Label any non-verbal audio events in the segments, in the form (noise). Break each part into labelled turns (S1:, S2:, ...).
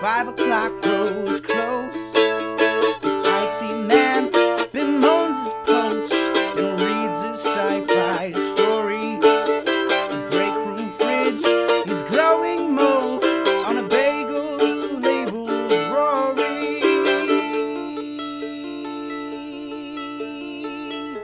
S1: Five o'clock grows close. IT man bemoans his post and reads his sci-fi stories. The break room fridge is growing mold on a bagel labeled Rory.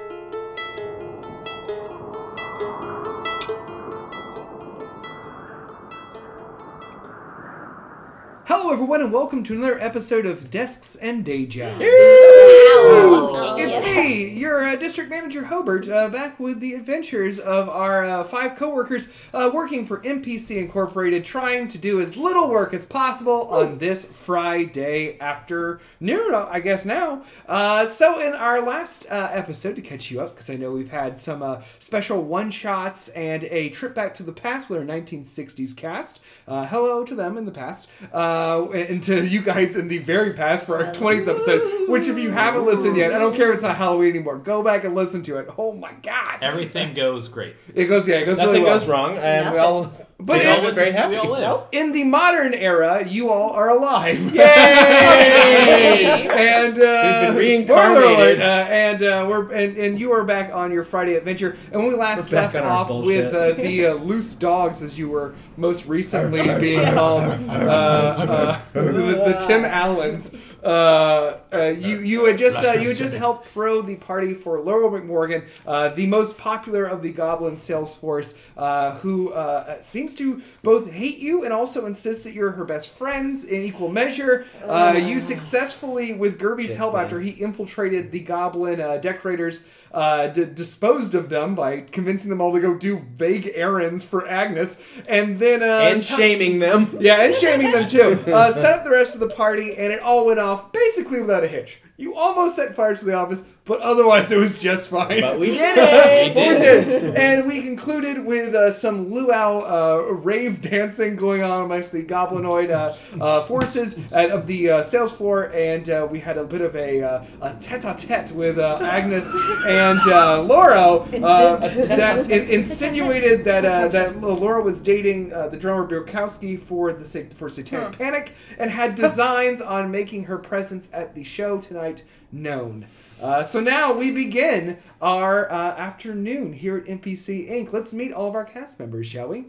S2: Hello, everyone, and welcome to another episode of Desks and Day Jobs. It's me, your uh, district manager Hobart, uh, back with the adventures of our uh, five coworkers uh, working for MPC Incorporated, trying to do as little work as possible on this Friday afternoon, I guess now. Uh, so, in our last uh, episode, to catch you up, because I know we've had some uh, special one shots and a trip back to the past with our 1960s cast. Uh, hello to them in the past, uh, and to you guys in the very past for our 20s episode, which, if you haven't listened yet, I don't care if it's not Halloween anymore, go back and listen to it. Oh my God.
S3: Everything goes great.
S2: it goes, yeah, it goes
S4: Nothing
S2: really well.
S4: goes wrong, and we all
S2: But
S4: we
S2: it-
S4: all were very happy.
S3: We all live.
S2: In the modern era, you all are alive.
S4: Yay!
S2: (laughs) and uh,
S4: We've been
S2: spoiler alert,
S4: reincarnated.
S2: uh, and uh, we're and, and you are back on your Friday adventure. And when we last
S4: We're back
S2: left
S4: on our
S2: off
S4: bullshit.
S2: with uh, the uh, loose dogs, as you were most recently being called, uh, uh, the, the Tim Allens. Uh, uh, you you had just uh, you had just helped throw the party for Laurel McMorgan, uh, the most popular of the Goblin sales force, uh, who uh, seems to both hate you and also insists that you're her best friends in equal measure. Uh, you successfully, with Gerby's help,
S4: man.
S2: after he infiltrated the Goblin uh, decorators, uh, d- disposed of them by convincing them all to go do vague errands for Agnes, and then uh,
S4: and
S2: Thompson-
S4: shaming
S3: (laughs)
S4: them.
S2: yeah, and shaming them too. Uh, set up the rest of the party, and it all went off basically without a hitch. You almost set fire to the office, but otherwise it was just fine.
S4: But (laughs) we did it.
S2: We did. And we concluded with uh, some luau uh, rave dancing going on amongst the goblinoid uh, uh, forces at, of the uh, sales floor, and uh, we had a bit of a, uh, a tete-a-tete with uh, Agnes and uh, Laura uh, that in- insinuated that uh, that Laura was dating uh, the drummer Bierkowski for the sa- for Satanic Panic, and had designs on making her presence at the show tonight known. Uh, so now we begin our uh, afternoon here at NPC Inc. Let's meet all of our cast members, shall we?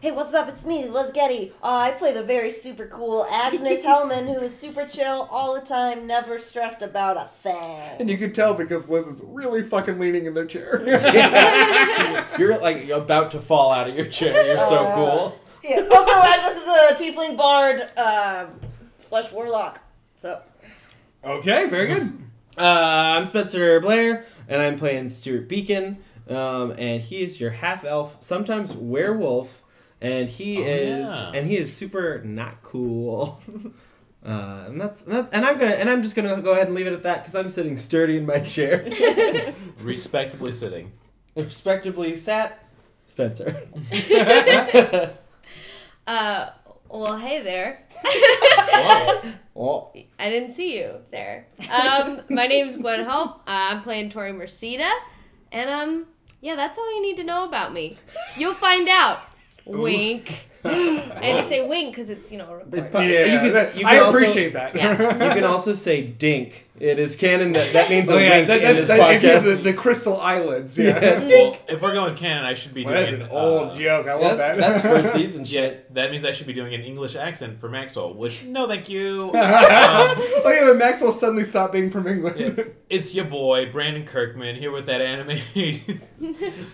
S5: Hey, what's up? It's me, Les Getty. Uh, I play the very super cool
S6: (laughs)
S5: Agnes Hellman, who is super chill all the time, never stressed about a thing.
S2: And you can tell because Liz is really fucking leaning in their chair.
S4: You're like about to fall out of your chair. You're so
S2: (laughs)
S4: cool.
S5: Yeah. Also, Agnes is a tiefling bard um slash warlock. So,
S2: (laughs) okay, very good.
S4: Uh, I'm Spencer Blair, and I'm playing Stuart Beacon, um, and he is your half elf, sometimes werewolf, and he is
S3: yeah.
S4: and he is super not cool. (laughs) Uh, and that's, and that's and I'm gonna and I'm just gonna go ahead and leave it at that because I'm sitting sturdy in my chair,
S3: Respectably sitting.
S4: respectably sat. Spencer,
S7: Uh, well, hey there.
S4: oh,
S7: I didn't see you there. Um, my name's Gwen Hope. Uh, I'm playing Tori Mercida, and um, yeah, that's all you need to know about me. You'll find out. Wink. I had to say wink because it's you know. a recording.
S4: it's po-
S2: Yeah,
S4: you can,
S2: that-
S4: you can
S2: Uh, I
S4: also-
S2: appreciate that. (laughs)
S7: Yeah.
S4: You can also say dink. It is canon that that means a
S2: Oh, yeah,
S4: wink
S2: that,
S4: in
S2: that's
S4: this
S2: that, if you have
S4: podcast.
S2: the,
S4: (laughs)
S2: the crystal eyelids. Yeah.
S7: Mm,
S3: Well, if we're going with canon, I should be
S2: Well,
S3: doing
S2: that's an
S3: uh,
S2: old joke. I love
S4: that's,
S2: that. (laughs)
S4: that's first season
S3: Yeah,
S4: shit.
S3: that means I should be doing an English accent for Maxwell, which no,
S4: (laughs)
S3: thank you.
S2: (laughs) oh yeah, but Maxwell suddenly stopped being from England.
S3: Yeah. It's your boy Brandon Kirkman here with that anime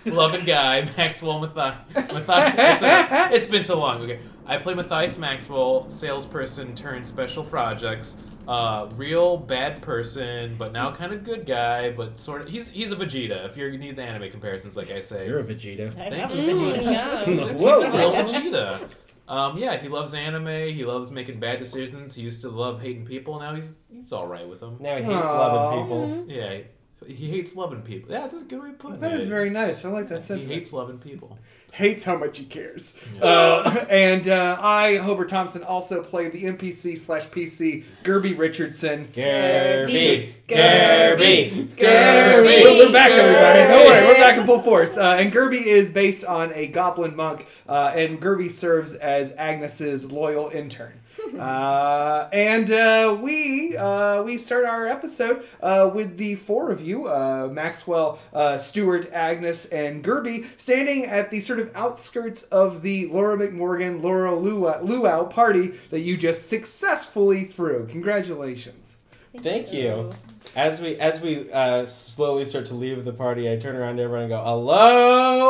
S3: loving guy Maxwell Matthias. Matthias. It's been so long. Okay, I play Matthias Maxwell, salesperson turned special projects. Uh, real bad person, but now kind of good guy. But sort of, he's he's a Vegeta. If you need the anime comparisons, like I say,
S4: You're a Vegeta.
S5: I
S3: Thank
S5: have
S3: you.
S5: a
S7: Mm,
S5: Vegeta.
S7: yum.
S3: He's a,
S4: Whoa.
S2: (laughs)
S3: he's a real Vegeta. Um, yeah, he loves anime. He loves making bad decisions. He used to love hating people. Now he's he's all right with them.
S4: Now he hates
S2: Aw.
S4: loving people.
S3: Yeah, he, he hates loving people. Yeah, that's a good way of
S2: (laughs)
S3: putting
S2: That
S3: it.
S2: is very nice. I like that
S3: he
S2: sentiment.
S3: hates loving people.
S2: hates how much he cares.
S3: Yeah.
S2: Uh, and uh, I, Hobart Thompson, also play the NPC slash PC Gerby Richardson.
S4: Gerby,
S7: Gerby,
S2: Gerby!
S7: Gerby.
S2: We're, we're back, everybody. Don't worry, we're back in full force. Uh, and Gerby is based on a goblin monk, uh, and Gerby serves as Agnes's loyal intern. Uh, and uh, we uh, we start our episode uh, with the four of you, uh, Maxwell, uh, Stewart, Agnes, and Gerby, standing at the sort of outskirts of the Laura McMorgan Laura Lula- Luau party that you just successfully threw. Congratulations.
S4: Thank you. As we as we uh, slowly start to leave the party, I turn around to everyone and go,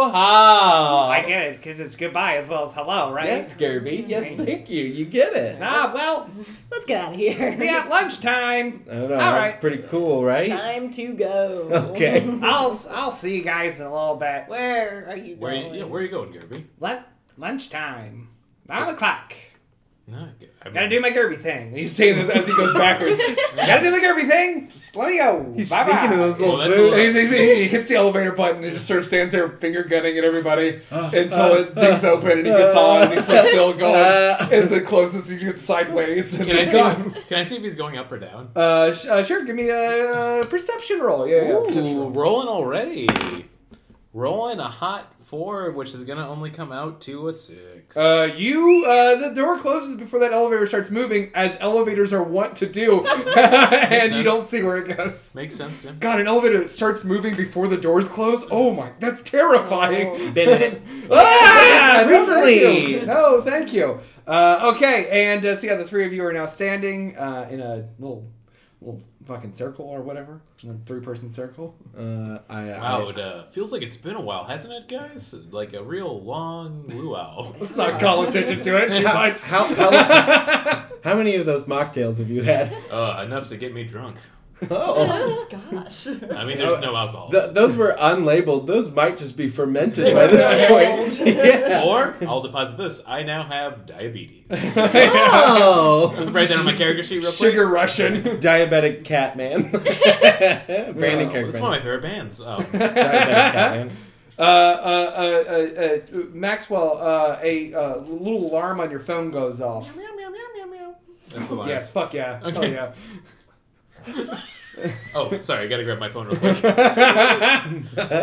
S4: "Aloha!"
S2: get it because it's goodbye as well as hello, right?
S4: Yes, Gerby. Yes, thank you. You get it.
S2: Ah, well,
S6: Let's get out of here.
S5: (laughs)
S2: we at lunchtime.
S4: I don't know.
S2: All
S4: that's
S2: right.
S4: pretty cool, (laughs) right?
S6: Time to go.
S4: Okay.
S2: I'll I'll see you guys in a little bit.
S6: Where are you
S3: Where
S6: going?
S3: you, yeah, where are you going, Gerby?
S2: Lun- lunchtime. Nine o'clock.
S3: No, I mean,
S2: Gotta do my Gerby thing. He's saying this as he goes backwards. (laughs) Gotta do my Gerby thing. Just let me go.
S4: He's
S2: Bye-bye.
S4: sneaking in those little
S3: Well, (laughs) that's a
S4: boots.
S3: lot.
S2: He's- he's- he (laughs) hits the elevator button and just sort of stands there finger gunning at everybody until it digs open and he gets on and he's like still going.
S4: Uh.
S2: Is the closest he gets sideways. And
S3: Can
S2: (laughs)
S3: I
S2: he's
S3: see?
S2: gone.
S3: Can I see if he's going up or down?
S2: Uh, sh- uh, sure, give me a uh, perception roll. Yeah, yeah, perception
S3: Ooh,
S2: roll.
S3: rolling already. Rolling a hot four, which is gonna only come out to a six.
S2: Uh, you, uh, the door closes before that elevator starts moving, as elevators are wont to do, (laughs) and you
S3: sense.
S2: don't see where it goes.
S3: Makes sense. Yeah.
S2: God, an elevator that starts moving before the doors close? Oh my, that's terrifying.
S4: Been in it.
S3: (laughs)
S2: ah, no,
S4: Recently.
S2: thank you. No, thank you. Uh, okay, and uh, so yeah, the three of you are now standing uh, in a little, little fucking circle or whatever, a three-person circle.
S4: Uh, I, I,
S3: Wow, it uh, feels like it's been a while, hasn't it, guys? Like a real
S2: (laughs)
S3: long luau.
S2: Let's not call attention to
S3: (laughs)
S2: it too
S4: How-
S2: much.
S4: how- how- How many of those mocktails have you had?
S3: Uh, enough to get me drunk.
S4: Oh,
S6: Gosh. (laughs)
S3: I mean,
S2: Uh,
S3: there's no alcohol. (laughs)
S4: Th- those were unlabeled. Those might just be fermented by this point. (laughs) Yeah.
S3: Or I'll deposit this. I now
S2: (laughs)
S3: have diabetes.
S4: Oh,
S3: Write that on my character sheet real quick.
S2: Sugar Russian.
S4: diabetic cat man. Brandon
S3: Oh,
S4: Kirkman.
S3: It's one of my favorite bands. Um,
S2: (laughs)
S4: Diabetic cat man.
S2: uh, uh, uh, uh, uh, Maxwell, uh, a uh, little alarm on your phone goes off.
S3: that's the line.
S2: Yes, fuck yeah. Oh,
S3: Okay.
S2: yeah. (laughs)
S3: Oh, sorry. I gotta grab my phone real quick.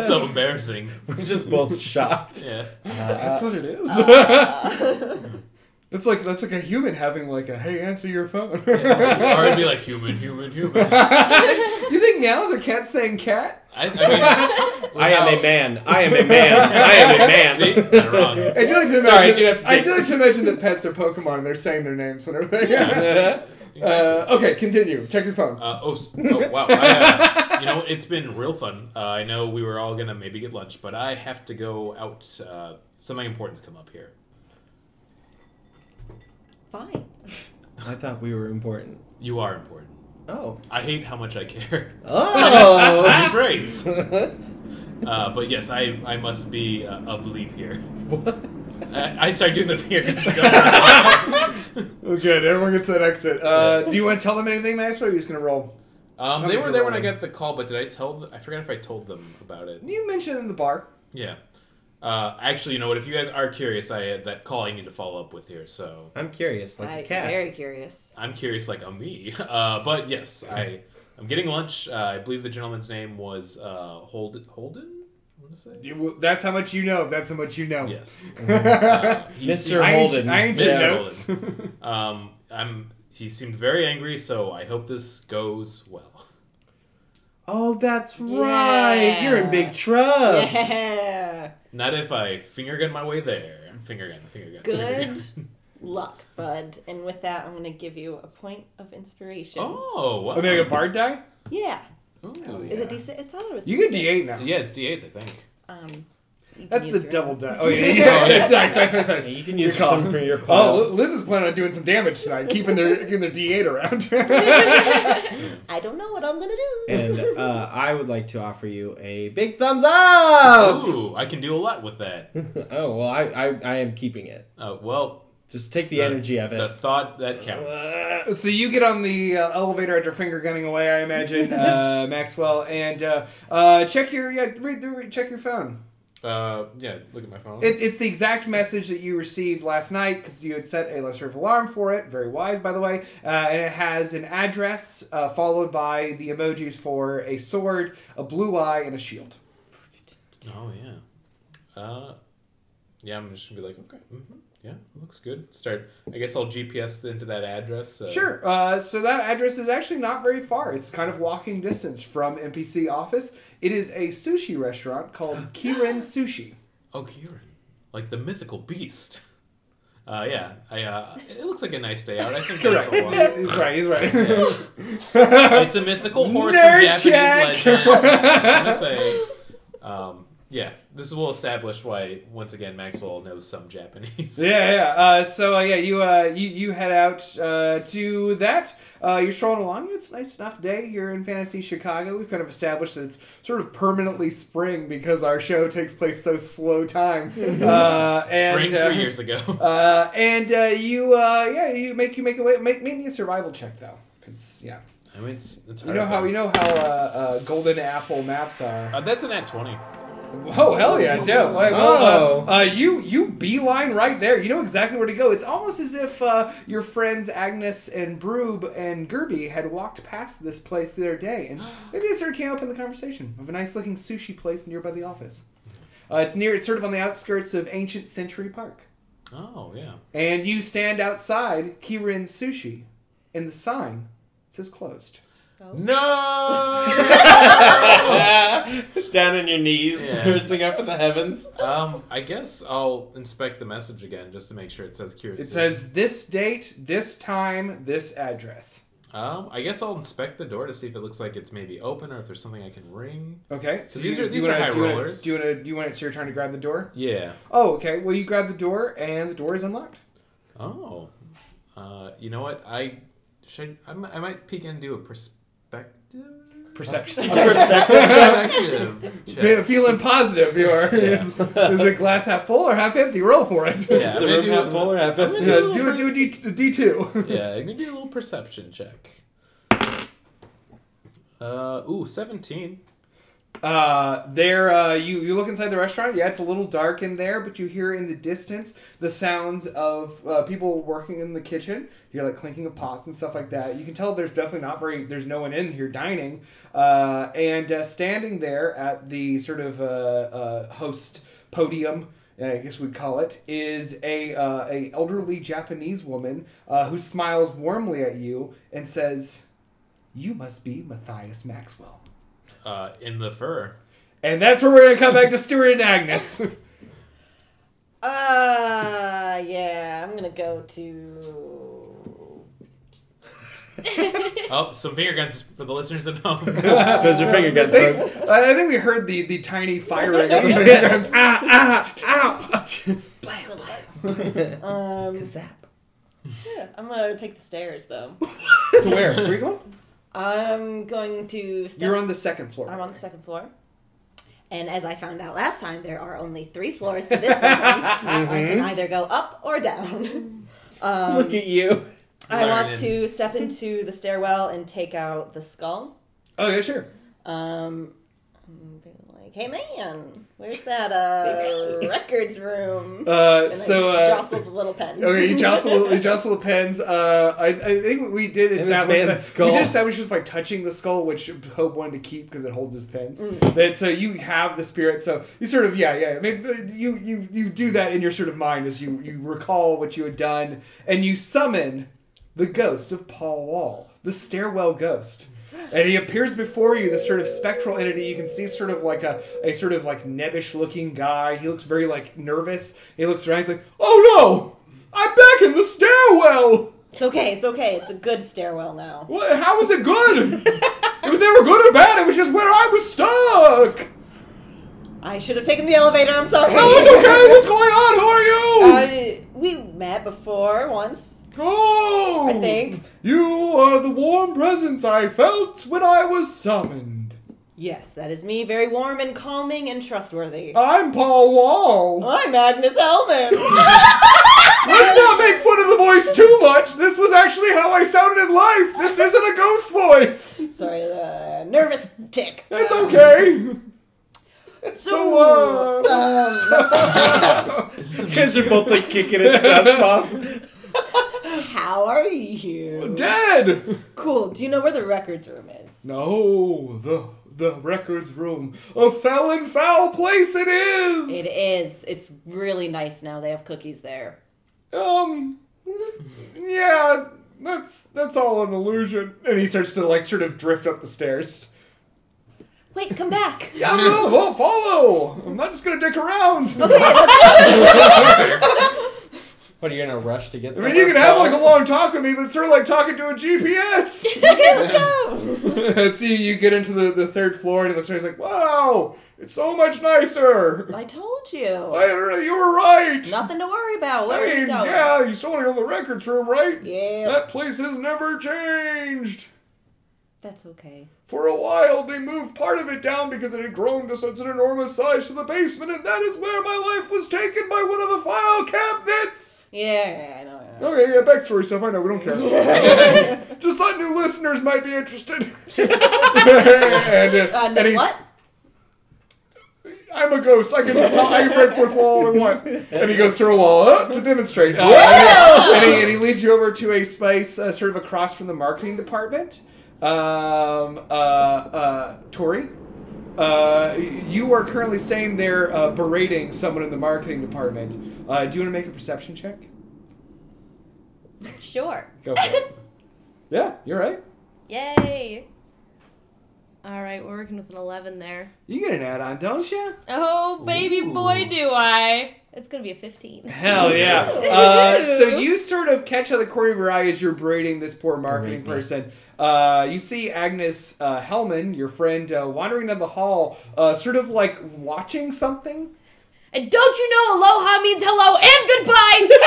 S2: (laughs)
S3: so embarrassing.
S4: (laughs) We're just both shocked.
S2: (laughs)
S3: Yeah.
S2: That's what it is. Uh. (laughs) it's like that's like a human having like a hey, answer your phone.
S3: Or it'd be like human, human, human. I,
S2: (laughs) you think meows are cat saying cat?
S3: I mean,
S4: I am a man. I am a man. I am
S3: (laughs)
S4: a (laughs) man.
S3: See, not wrong.
S2: I do like to imagine.
S4: Sorry, I do have to
S2: I
S4: take
S2: do like
S4: this.
S2: to imagine that pets are Pokemon and they're saying their names whenever they. (laughs)
S3: Yeah.
S2: uh, okay, continue. Check your phone.
S3: Uh, oh, s- oh, wow. I, uh, you know, it's been real fun. Uh, I know we were all going to maybe get lunch, but I have to go out. Uh, something important's come up here.
S6: Fine.
S4: I thought we were important.
S3: You are important.
S4: Oh.
S3: I hate how much I care. (laughs)
S4: (laughs)
S3: That's
S4: Oh.
S3: my phrase. Uh, but yes, I, I must be uh, of leave here. I, I start doing the fear. Um,
S2: Okay, good. Everyone gets that exit. Uh, do you want to tell them anything, Max, or are you just gonna roll?
S3: um, they were there when I got the call, but did I tell? Them? I forgot if I told them about it.
S2: You mentioned in the bar.
S3: Yeah. Uh, actually, you know what? If you guys are curious, I had that call I need to follow up with here. So
S4: I'm curious, like
S6: I,
S4: a cat.
S6: Very curious.
S3: I'm curious, like a me. (laughs) Uh, but yes, I I'm getting lunch. Uh, I believe the gentleman's name was uh, Holden. Holden, I want to say.
S2: You, that's how much you know. That's how much you know.
S4: (laughs)
S3: Yes,
S2: I
S3: Uh, he
S4: Mr.
S3: seemed-
S2: ain't, (laughs)
S4: Holden.
S2: I ain't your
S3: Mr.
S2: notes. (laughs)
S3: um, I'm. He seemed very angry, so I hope this goes well. (laughs)
S4: Oh, that's right. You're in big trouble.
S6: Yeah.
S3: Not if I finger gun my way there. Finger gun, finger gun.
S6: (laughs)
S3: finger
S6: Good
S3: gun.
S6: luck, bud. And with that, I'm going to give you a point of inspiration.
S3: Oh, wow.
S2: I mean, like a bard die.
S6: Yeah.
S3: Ooh.
S6: Is it decent? I thought it was
S2: You get
S6: D6.
S2: D eight now.
S3: Yeah, it's d8s, I think.
S6: Um, you can
S2: That's
S6: use
S2: the
S6: your-
S2: double die. Oh yeah, yeah. Uh, (laughs)
S3: yeah.
S2: nice, nice, nice, nice.
S4: You can use
S2: You're
S4: some
S2: calm.
S4: from (laughs) your pile.
S2: Oh, Li- Liz is planning on doing some damage tonight, keeping their keeping their D eight around. (laughs)
S6: I don't know what I'm going to do. (laughs)
S4: and uh, I would like to offer you a big thumbs up.
S6: Oh.
S3: Ooh, I can do a lot with that.
S4: (laughs) oh well, I, I I am keeping it.
S3: Uh, well,
S4: Just take the
S3: The-
S4: energy of
S3: the
S4: it.
S3: thought that counts.
S2: so you get on the uh, elevator after finger gunning away, I imagine, uh, Maxwell, and uh, uh, check your yeah, read, the- read, check your phone.
S3: Uh, yeah, look at my phone.
S2: It, it's the exact message that you received last night because you had set a lesser of alarm for it. Very wise, by the way. Uh, and it has an address uh, followed by the emojis for a sword, a blue eye, and a shield.
S3: Oh yeah. Uh, yeah, I'm just gonna be like, okay, hmm Yeah, looks good. Start. I guess I'll GPS into that address. So.
S2: Sure. Uh, so that address is actually not very far. It's kind of walking distance from NPC office. It is a sushi restaurant called Kirin Sushi.
S3: Oh, Kieran, like the mythical beast. Uh, yeah, I, uh, it looks like a nice day out. I think that's the one.
S2: he's right. He's right.
S3: (laughs) It's a mythical horse
S2: Nerd
S3: from Japanese
S2: check!
S3: legend.
S2: (laughs)
S3: I just want to say, um, yeah, this will establish why once again Maxwell knows some Japanese.
S2: Yeah, yeah. Uh, so uh, yeah, you uh, you you head out uh, to that. Uh, you're strolling along. It's a nice enough day here in Fantasy Chicago. We've kind of established that it's sort of permanently spring because our show takes place so slow time. Uh, and,
S3: (laughs) Spring
S2: uh,
S3: three years ago.
S2: Uh, and uh, you, uh, yeah, you make you make a way. Make, make me a survival check though, because yeah,
S3: I mean, it's, it's
S2: you
S3: hard.
S2: know how you know how uh, uh, golden apple maps are.
S3: Uh, that's an at twenty.
S2: Oh hell yeah, dope! Like,
S4: Oh.
S2: well, uh, uh, you you beeline right there. You know exactly where to go. It's almost as if uh, your friends Agnes and Broob and Gerby had walked past this place the other day, and maybe it sort of came up in the conversation of a nice looking sushi place nearby the office. Uh, it's near. It's sort of on the outskirts of Ancient Century Park,
S3: Oh yeah.
S2: and you stand outside Kirin Sushi, and the sign says closed.
S4: Oh.
S3: No.
S4: (laughs) Down on your knees,
S3: Yeah.
S4: bursting up in the heavens. (laughs)
S3: um, I guess I'll inspect the message again just to make sure it says curious.
S2: It says this date, this time, this address.
S3: Um, I guess I'll inspect the door to see if it looks like it's maybe open or if there's something I can ring.
S2: Okay.
S3: So
S2: do
S3: these
S2: you-
S3: are-
S2: do
S3: these
S2: you
S3: are
S2: wanna-
S3: high
S2: do you wanna-
S3: rollers.
S2: Do you want to? Do you want to? So you're trying to grab the door.
S3: Yeah.
S2: Oh, okay. Well, you grab the door, and the door is unlocked.
S3: Oh. Uh, you know what? I should. I, mi- I might peek in and do a perspective.
S2: Perception.
S3: (laughs) Perspective
S2: Fe-
S3: check.
S2: Feeling positive, you are.
S3: Yeah.
S2: is, is it glass half full or half empty? Roll for it.
S3: Yeah,
S4: Is
S3: I'm
S4: the
S3: gonna
S4: room
S3: do
S4: half
S3: a-
S4: full or half
S3: I'm
S4: empty?
S3: gonna
S2: Uh, do a, do a D, D two.
S3: Yeah, I'm gonna do a little perception check. Uh, ooh, seventeen.
S2: Uh, there, uh, you you look inside the restaurant. Yeah, it's a little dark in there, but you hear in the distance the sounds of uh, people working in the kitchen. You hear like clinking of pots and stuff like that. You can tell there's definitely not very there's no one in here dining. Uh, and uh, standing there at the sort of uh, uh, host podium. uh, I guess we'd call it is a uh, a elderly Japanese woman uh, who smiles warmly at you and says, "You must be Matthias Maxwell."
S3: Uh, in the fur.
S2: And that's where we're gonna come back to Stuart and (laughs) Agnes.
S5: Uh,
S6: Yeah, I'm gonna go to.
S3: Oh, some finger guns for the listeners at home.
S4: (laughs) (laughs)
S3: (laughs)
S4: Those are finger
S2: I
S4: guns, folks.
S2: think, I think we heard the, the tiny firing of the finger guns.
S4: ah, ah,
S6: (laughs) Um,
S4: Zap.
S6: yeah, I'm gonna take the stairs though.
S2: to where? Where you going?
S6: I'm going to. Step
S2: You're on the second floor.
S6: I'm on the second floor. And as I found out last time, there are only three floors to
S2: (laughs)
S6: this building. I
S2: Mm-hmm.
S6: can either go up or down. (laughs) Um,
S4: Look at you.
S6: I want
S3: Learning.
S6: to step into the stairwell and take out the skull.
S2: Oh yeah, sure.
S6: Um, and be like, hey man, where's
S2: (laughs)
S6: that uh, records room?
S2: Uh,
S6: And I
S2: so uh,
S6: jostle the little pens.
S2: okay, you jostle you jostle the pens. Uh, I, I think what we did
S4: this
S2: establish
S4: man's
S2: that
S4: skull.
S2: we did establish just by touching the skull, which Hope wanted to keep because it holds his pens. That so you have the spirit. So you sort of yeah yeah. I mean, uh, you you you do that in your sort of mind as you you recall what you had done and you summon the ghost of Paul Wall, the stairwell ghost. And he appears before you, this sort of spectral entity. You can see sort of like a, a sort of like nebbish looking guy. He looks very like nervous. He looks around, he's like, Oh no! I'm back in the stairwell!
S6: (laughs) It's okay, it's okay. It's a good stairwell now.
S2: What, how was it good? it was never good or bad, it was just where I was stuck!
S6: I should have taken the elevator, I'm sorry.
S2: No, Oh, it's okay, what's going on? Who are you?
S6: (laughs) Uh, we met before once,
S2: oh!
S6: I think.
S2: You are the warm presence I felt when I was summoned.
S6: Yes, that is me. Very warm and calming and trustworthy. Oh,
S2: I'm Paul Wall.
S6: I'm Agnes Hellman.
S2: (laughs) Let's not make fun of the voice too much. This was actually how I sounded in life. This isn't a ghost voice.
S6: Sorry, uh, nervous tick.
S2: It's okay. So, uh,
S6: um,
S2: (laughs)
S4: Because you're both like kicking in the dust balls.
S6: How are you?
S2: dead.
S6: cool. Do you know where the records room is?
S2: No, the the records room, a fell and foul place it is.
S6: It is. It's really nice now. They have cookies there.
S2: um, yeah, that's that's all an illusion. And he starts to like sort of drift up the stairs.
S6: Wait, come back.
S2: (laughs) Yeah, I don't know. Well, follow. I'm not just gonna dick around.
S6: (laughs)
S4: What are you gonna rush to get?
S2: I mean, you can have like a long talk with me, but it's sort of like talking to a
S6: (laughs)
S2: GPS.
S6: Okay, let's go.
S2: Let's see, you get into the, the third floor, and he looks around. He's like, "Wow, it's so much
S6: (laughs)
S2: nicer."
S6: I told you.
S2: I really, you were right.
S6: Nothing to worry about. Where
S2: I
S6: are you
S2: mean,
S6: going?
S2: yeah, you sold it on the records room, right?
S6: Yeah.
S2: That place has never changed.
S6: That's okay.
S2: For a while, they moved part of it down because it had grown to such an enormous size to the basement, and that is where my life was taken by one of the file cabinets.
S6: Yeah, I know. I know.
S2: Okay, yeah, backstory stuff. I know we don't care. Just thought new listeners might be interested. and, uh,
S6: Uh,
S2: (laughs)
S6: no,
S2: and he-
S6: what?
S2: I'm a ghost. I can talk, I can break fourth wall all I want. And he goes through a wall uh, to demonstrate. Uh, and, he, and he leads you over to a space uh, sort of across from the marketing department. Um, uh, uh, Tori, uh, you are currently staying there uh, berating someone in the marketing department. Uh, do you want to make a perception check?
S7: Sure.
S2: Go for it. Yeah, you're right.
S7: Yay. All right, we're working with an 11 there.
S2: You get an add-on, don't you?
S7: Oh, baby boy, do I. It's going to be
S4: (laughs)
S7: a 15.
S2: Hell yeah. Uh, so you sort of catch out the corner of your eye as you're braiding this poor marketing
S4: Braiding.
S2: person. Uh, you see Agnes uh, Hellman, your friend, uh, wandering down the hall, uh, sort of like watching something.
S7: And don't you know aloha means hello and goodbye?
S6: (laughs)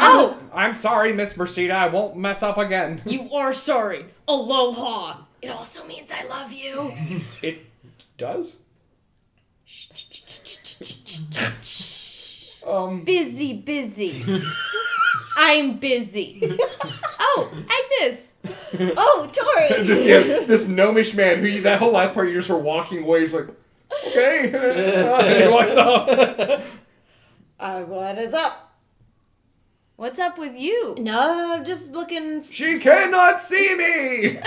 S7: oh,
S2: I'm sorry, Miss Merceda. I won't mess up again.
S7: you are sorry. Aloha. It also means I
S6: (laughs)
S7: love you.
S2: It does? Um,
S7: Busy, busy. I'm busy. oh, Agnes.
S6: Oh, Tori.
S2: (laughs) this, yeah, this gnomish man who you, that whole last part you just were walking away. He's like, (laughs) okay, what's up?
S6: Uh, what is up?
S7: What's up with you?
S6: No, I'm just looking.
S2: She cannot see me.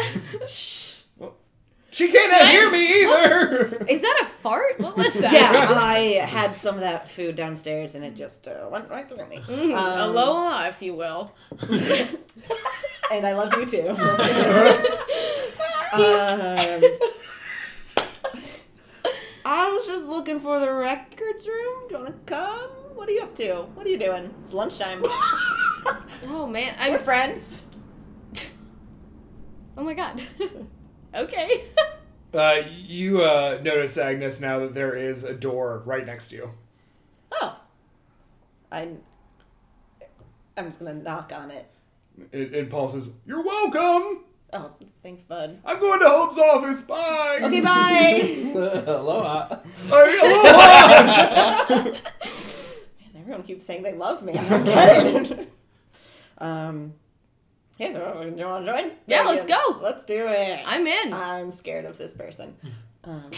S2: she cannot hear me either. (laughs)
S7: Is that a fart? What was that?
S6: Yeah, I had some of that food downstairs, and it just uh, went right through me.
S7: Mm,
S6: Um,
S7: aloha, if you will.
S6: And I love you too. (laughs)
S7: (laughs)
S6: um, I was just looking for the records room. Do you want to come? What are you up to? What are you doing? It's lunchtime.
S7: (laughs) Oh, man.
S6: We're
S7: I'm.
S6: friends.
S7: Oh, my God. (laughs) okay. (laughs)
S2: Uh, you uh, notice Agnes now that there is a door right next to you.
S6: Oh, I'm. I'm just gonna knock on it.
S2: And, and Paul says, "You're welcome.
S6: Oh, thanks, bud.
S2: I'm going to Hope's office. Bye."
S6: Okay,
S7: (laughs)
S6: bye.
S4: (laughs) Aloha.
S2: Uh, aloha.
S6: Everyone keeps saying they love
S7: (laughs)
S6: me. I don't get it. um. Hey, do you want to join?
S7: Yeah, let's go.
S6: Let's do it.
S7: I'm in.
S6: I'm scared of this person. Um,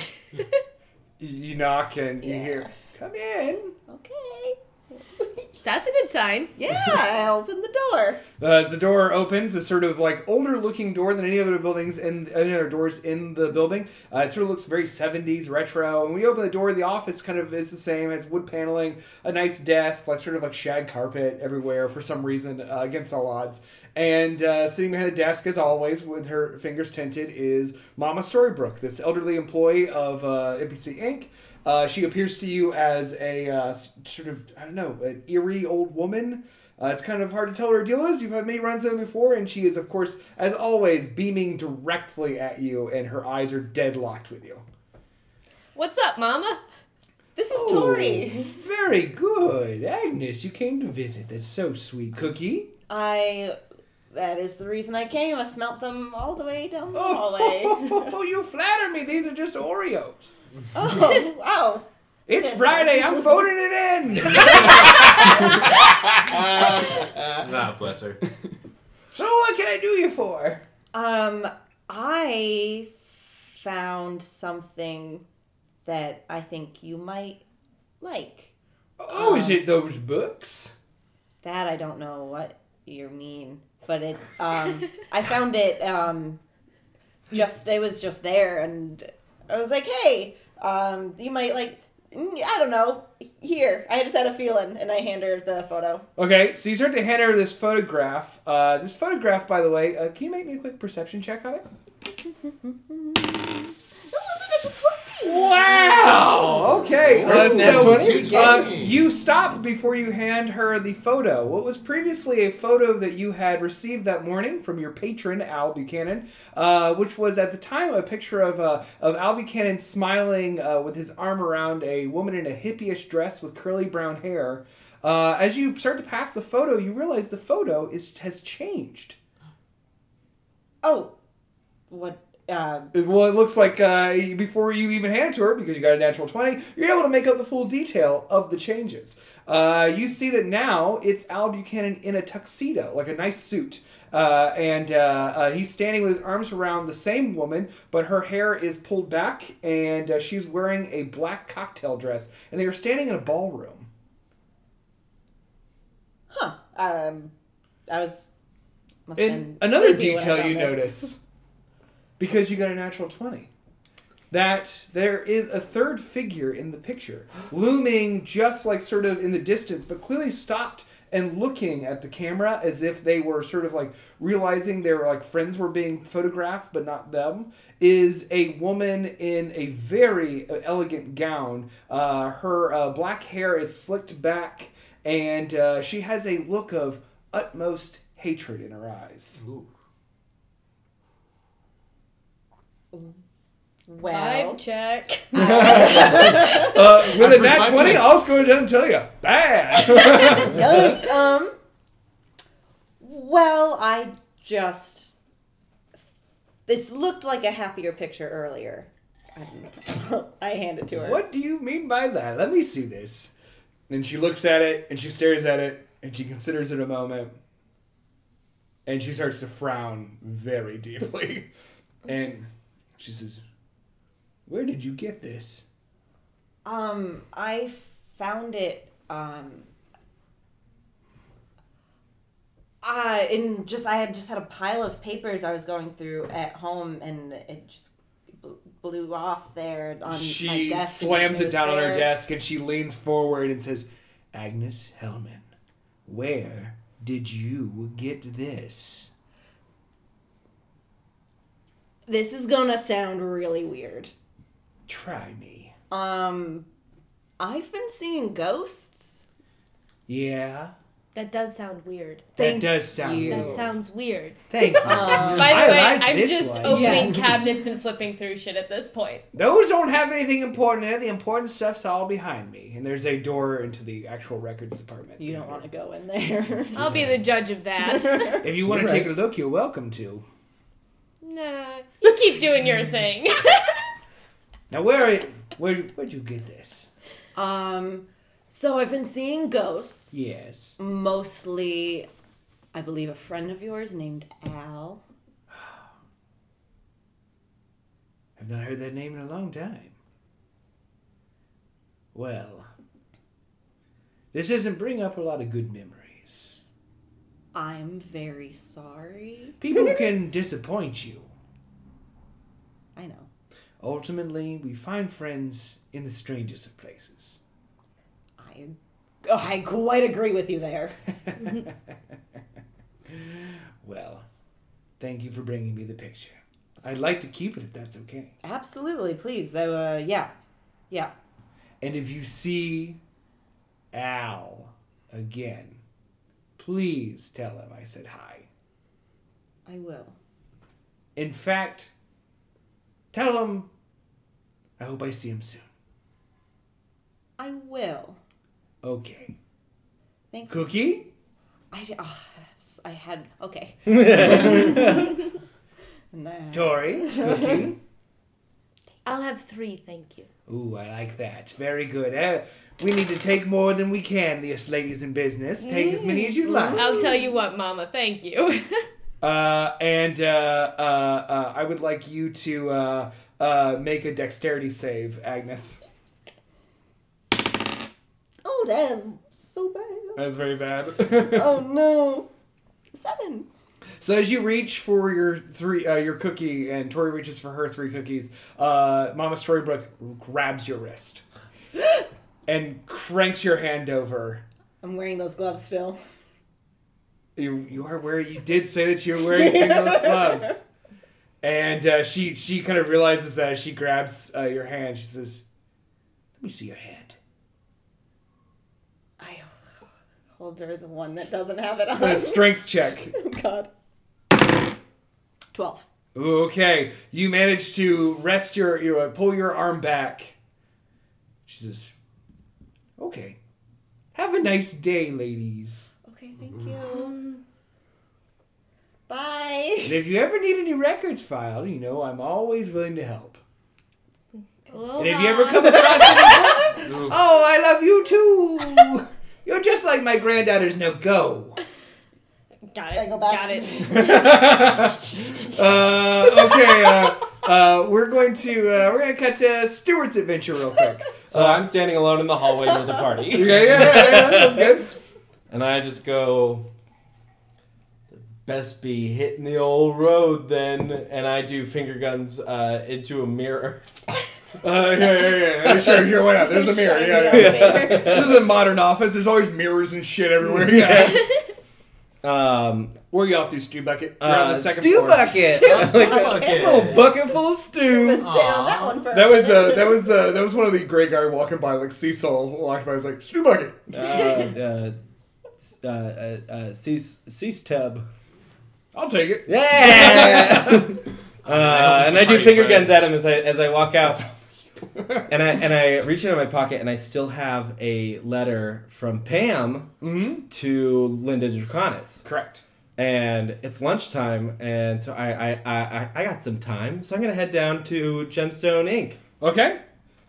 S2: (laughs) you knock and you
S6: Yeah.
S2: hear, "Come in."
S6: okay.
S7: (laughs) (laughs) That's a good sign.
S6: Yeah, I opened the door.
S2: Uh, the door opens, a sort of like older looking door than any other buildings in any other doors in the building. Uh, it sort of looks very 70s retro. When we open the door, the office kind of is the same as wood paneling, a nice desk, like sort of like shag carpet everywhere for some reason uh, against all odds. And uh, sitting behind the desk, as always, with her fingers tinted, is Mama Storybrooke, this elderly employee of uh, NPC Inc. Uh, she appears to you as a uh, s- sort of, I don't know, an eerie old woman. Uh, it's kind of hard to tell what her deal is. You've had many runs of it before, and she is, of course, as always, beaming directly at you, and her eyes are deadlocked with you.
S7: What's up, Mama?
S6: This is Tori.
S2: Oh, very good. Agnes, you came to visit. That's so sweet, Cookie.
S6: I. That is the reason I came. I smelt them all the way down the hallway.
S2: (laughs)
S6: (laughs)
S2: Oh, you flatter me. These are just Oreos.
S6: oh, wow.
S2: It's Friday. I'm voting it in. (laughs)
S3: Ah,
S4: (laughs)
S3: bless her.
S2: So, what can I do you for?
S6: Um, I found something that I think you might like.
S2: Oh, is it those books?
S6: That I don't know what you mean, but it. Um, I found it. Um, just it was just there, and I was like, "Hey, um, you might like "Mm, I don't know. Here, I just had a feeling, and I hand her the photo.
S2: Okay, so you start to hand over this photograph. Uh, this photograph, by the way, uh, can you make me a quick perception check on it?
S6: Oh, it's an initial twenty.
S3: Wow.
S2: Okay,
S4: Where's
S2: uh,
S4: the nat
S2: so
S4: 20?
S2: uh, you stop before you hand her the photo. What was previously a photo that you had received that morning from your patron Al Buchanan, uh, which was at the time a picture of uh, of Al Buchanan smiling uh, with his arm around a woman in a hippie-ish dress with curly brown hair. Uh, as you start to pass the photo, you realize the photo is has changed.
S6: Oh, what? Uh,
S2: It- Well, it looks like uh, before you even hand it to her, because you got a natural 20, you're able to make out the full detail of the changes. Uh, you see that now it's Al Buchanan in a tuxedo, like a nice suit. Uh, and uh, uh, he's standing with his arms around the same woman, but her hair is pulled back, and uh, she's wearing a black cocktail dress. And they are standing in a ballroom.
S6: huh. Um, I was. Must have
S2: And
S6: been
S2: another
S6: sleepy when I
S2: detail
S6: found
S2: you
S6: this.
S2: notice, because you got a natural 20, that there is a third figure in the picture, looming just like sort of in the distance, but clearly stopped and looking at the camera as if they were sort of like realizing their like friends were being photographed but not them is a woman in a very elegant gown uh, her uh, black hair is slicked back and uh, she has a look of utmost hatred in her eyes
S3: Ooh.
S6: Well,
S7: Vibe check.
S2: Uh, with a
S3: I'm
S2: nat
S3: pretty
S2: 20,
S3: much-
S2: I'll just go ahead and tell you. Bad. (laughs)
S6: (laughs) Yikes. um. Well, I just this looked like a happier picture earlier. (laughs) I, don't know. I hand it to her.
S2: what do you mean by that? Let me see this. And she looks at it, and she stares at it, and she considers it a moment. And she starts to frown very (laughs) deeply. And she says, Where did you get this?
S6: Um, I found it. Um. Uh, in just I had just had a pile of papers I was going through at home and it just bl- blew off there on Um, my
S2: she
S6: desk. and
S2: slams it
S6: was
S2: down on her
S6: there.
S2: desk and she leans forward and says, Agnes Hellman, where did you get this?
S6: This is gonna sound really weird.
S2: Try me.
S6: Um, I've been seeing ghosts.
S2: Yeah.
S7: That does sound weird.
S6: Thank
S2: that does sound
S6: you.
S2: weird.
S7: That sounds weird.
S2: Thank you.
S6: Um,
S7: By the
S2: I
S7: way,
S2: like
S7: I'm
S2: this
S7: just
S2: one.
S7: opening
S6: Yes.
S7: cabinets and flipping through shit at this point.
S2: Those don't have anything important in it. The important stuff's all behind me. And there's a door into the actual records department.
S6: you don't want to go in there.
S7: I'll be the judge of that.
S2: If you want
S4: You're
S2: to
S4: right.
S2: take a look, you're welcome to.
S7: nah, you keep doing your thing.
S2: Now, where it? Where where'd you get this?
S6: (laughs) um, so I've been seeing ghosts.
S2: Yes.
S6: Mostly, I believe a friend of yours named Al.
S2: I've not heard that name in a long time. Well, this doesn't bring up a lot of good memories.
S6: I'm very sorry.
S2: People can disappoint you.
S6: I know.
S2: Ultimately, we find friends in the strangest of places.
S6: I, oh, I quite agree with you there.
S2: Well, thank you for bringing me the picture. I'd like to keep it if that's okay.
S6: Absolutely, please. Though, uh, yeah, yeah.
S2: And if you see Al again, please tell him I said hi.
S6: I will.
S2: In fact, tell him I hope I see him soon.
S6: I will.
S2: Okay.
S6: Thanks.
S2: Cookie?
S6: I, oh, I had okay.
S2: (laughs)
S6: (laughs) Nah.
S2: Tori? Cookie?
S7: I'll have three, thank you.
S2: Ooh, I like that. Very good. Eh, we need to take more than we can, the us ladies in business. Take as many as you like.
S7: I'll tell you what, Mama, thank you. (laughs)
S2: Uh, and uh, uh, uh, I would like you to uh, uh, make a dexterity save, Agnes.
S6: Oh, that's so bad.
S2: That's very bad. (laughs)
S6: Oh no. Seven.
S2: so as you reach for your three, uh, your
S6: (gasps)
S2: cookie, and Tori reaches for her three cookies, uh, Mama Storybrooke grabs your wrist. and cranks your hand over.
S6: I'm wearing those gloves still.
S2: You you are wearing. You did say that you're wearing fingerless gloves. And uh, she she kind of realizes that as she grabs uh, your hand. She says, "Let me see your hand."
S6: I hold her the one that doesn't have it on.
S2: A strength check.
S6: Oh, (laughs) God. 12.
S2: Okay, you manage to rest your, you uh, pull your arm back. She says, "Okay, have a nice day, ladies.
S6: Okay, thank you. Bye.
S2: And if you ever need any records filed, you know I'm always willing to help. And if you ever (laughs) come across any books,
S3: Ooh.
S2: oh, I love you too. You're just like my granddaughters. Now (laughs) go."
S7: Got
S5: Gotta
S7: it.
S5: go back.
S7: Got it.
S2: Uh, okay, uh, uh, we're going to uh, we're gonna cut to Stewart's adventure real quick.
S4: So I'm standing alone in the hallway near the (laughs) party.
S2: (laughs) Yeah, yeah, yeah, yeah, that sounds good.
S4: And I just go, best be hitting the old road then. And I do finger guns uh, into a mirror. (laughs)
S2: Uh, yeah, yeah, yeah, yeah. Sure, sure. Why not? There's a mirror. Yeah, yeah. This is a modern office. There's always mirrors and shit everywhere. (laughs) Yeah.
S4: um,
S2: Where you off to, Stew Bucket? We're on
S4: uh,
S2: the second
S4: stew
S2: floor.
S4: bucket. (laughs) Like that
S3: bucket.
S4: little bucket full of
S6: Been (laughs)
S4: stew.
S6: sitting on
S3: Aw.
S6: that one for a
S2: That was uh,
S6: minute.
S2: that was uh, that was one of the gray guy walking by, like Cecil walking by. was like Stew Bucket.
S4: Uh, uh, s- uh, uh, uh, cease, cease tub.
S2: I'll take it.
S4: Yeah. uh, and I do
S3: Party
S4: finger
S3: food.
S4: guns at him as I as I walk out. and I and I reach into my pocket and I still have a letter from Pam
S2: Mm-hmm.
S4: to Linda Draconis.
S2: Correct.
S4: And it's lunchtime, and so I I, I, I I got some time, so I'm gonna head down to Gemstone Inc.
S2: Okay.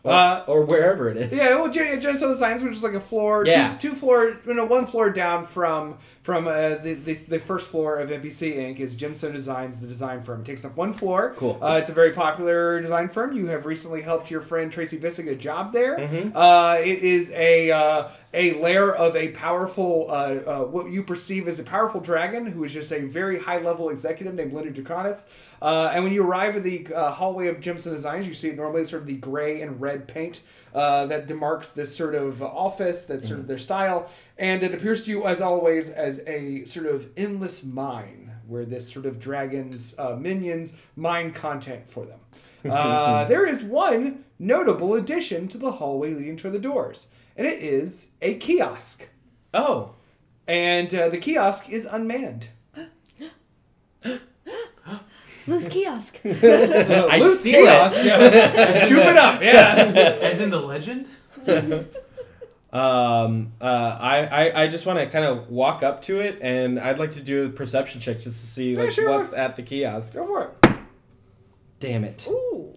S4: Or,
S2: Uh,
S4: or wherever it is.
S2: Yeah, well, J- Jedi Soul Signs were just like a floor,
S4: Yeah.
S2: two, two floor, you know, one floor down from from uh, the, the the first floor of NBC Inc. is Gemstone Designs, the design firm. It takes up one floor.
S4: Cool.
S2: Uh, it's a very popular design firm. You have recently helped your friend Tracy Viss get a job there. Uh, it is a uh, a lair of a powerful, uh, uh, what you perceive as a powerful dragon, who is just a very high level executive named Leonard Draconis. Uh, and when you arrive at the uh, hallway of Jimson Designs, you see normally sort of the gray and red paint uh, that demarks this sort of office, that's sort of their style. And it appears to you, as always, as a sort of endless mine where this sort of dragon's uh, minions mine content for them. Uh, there is one notable addition to the hallway leading toward the doors, and it is a kiosk.
S4: Oh.
S2: And uh, the kiosk is unmanned.
S7: Loose kiosk.
S4: I
S2: Loose
S4: steal
S2: kiosk.
S4: it.
S2: Yeah. Scoop it up,
S3: (laughs)
S2: yeah.
S3: As in the legend?
S4: Um, uh, I, I, I just want to kind of walk up to it, and I'd like to do a perception check just to see like
S2: sure.
S4: what's at the kiosk.
S2: Go for it.
S4: Damn it!
S6: Ooh.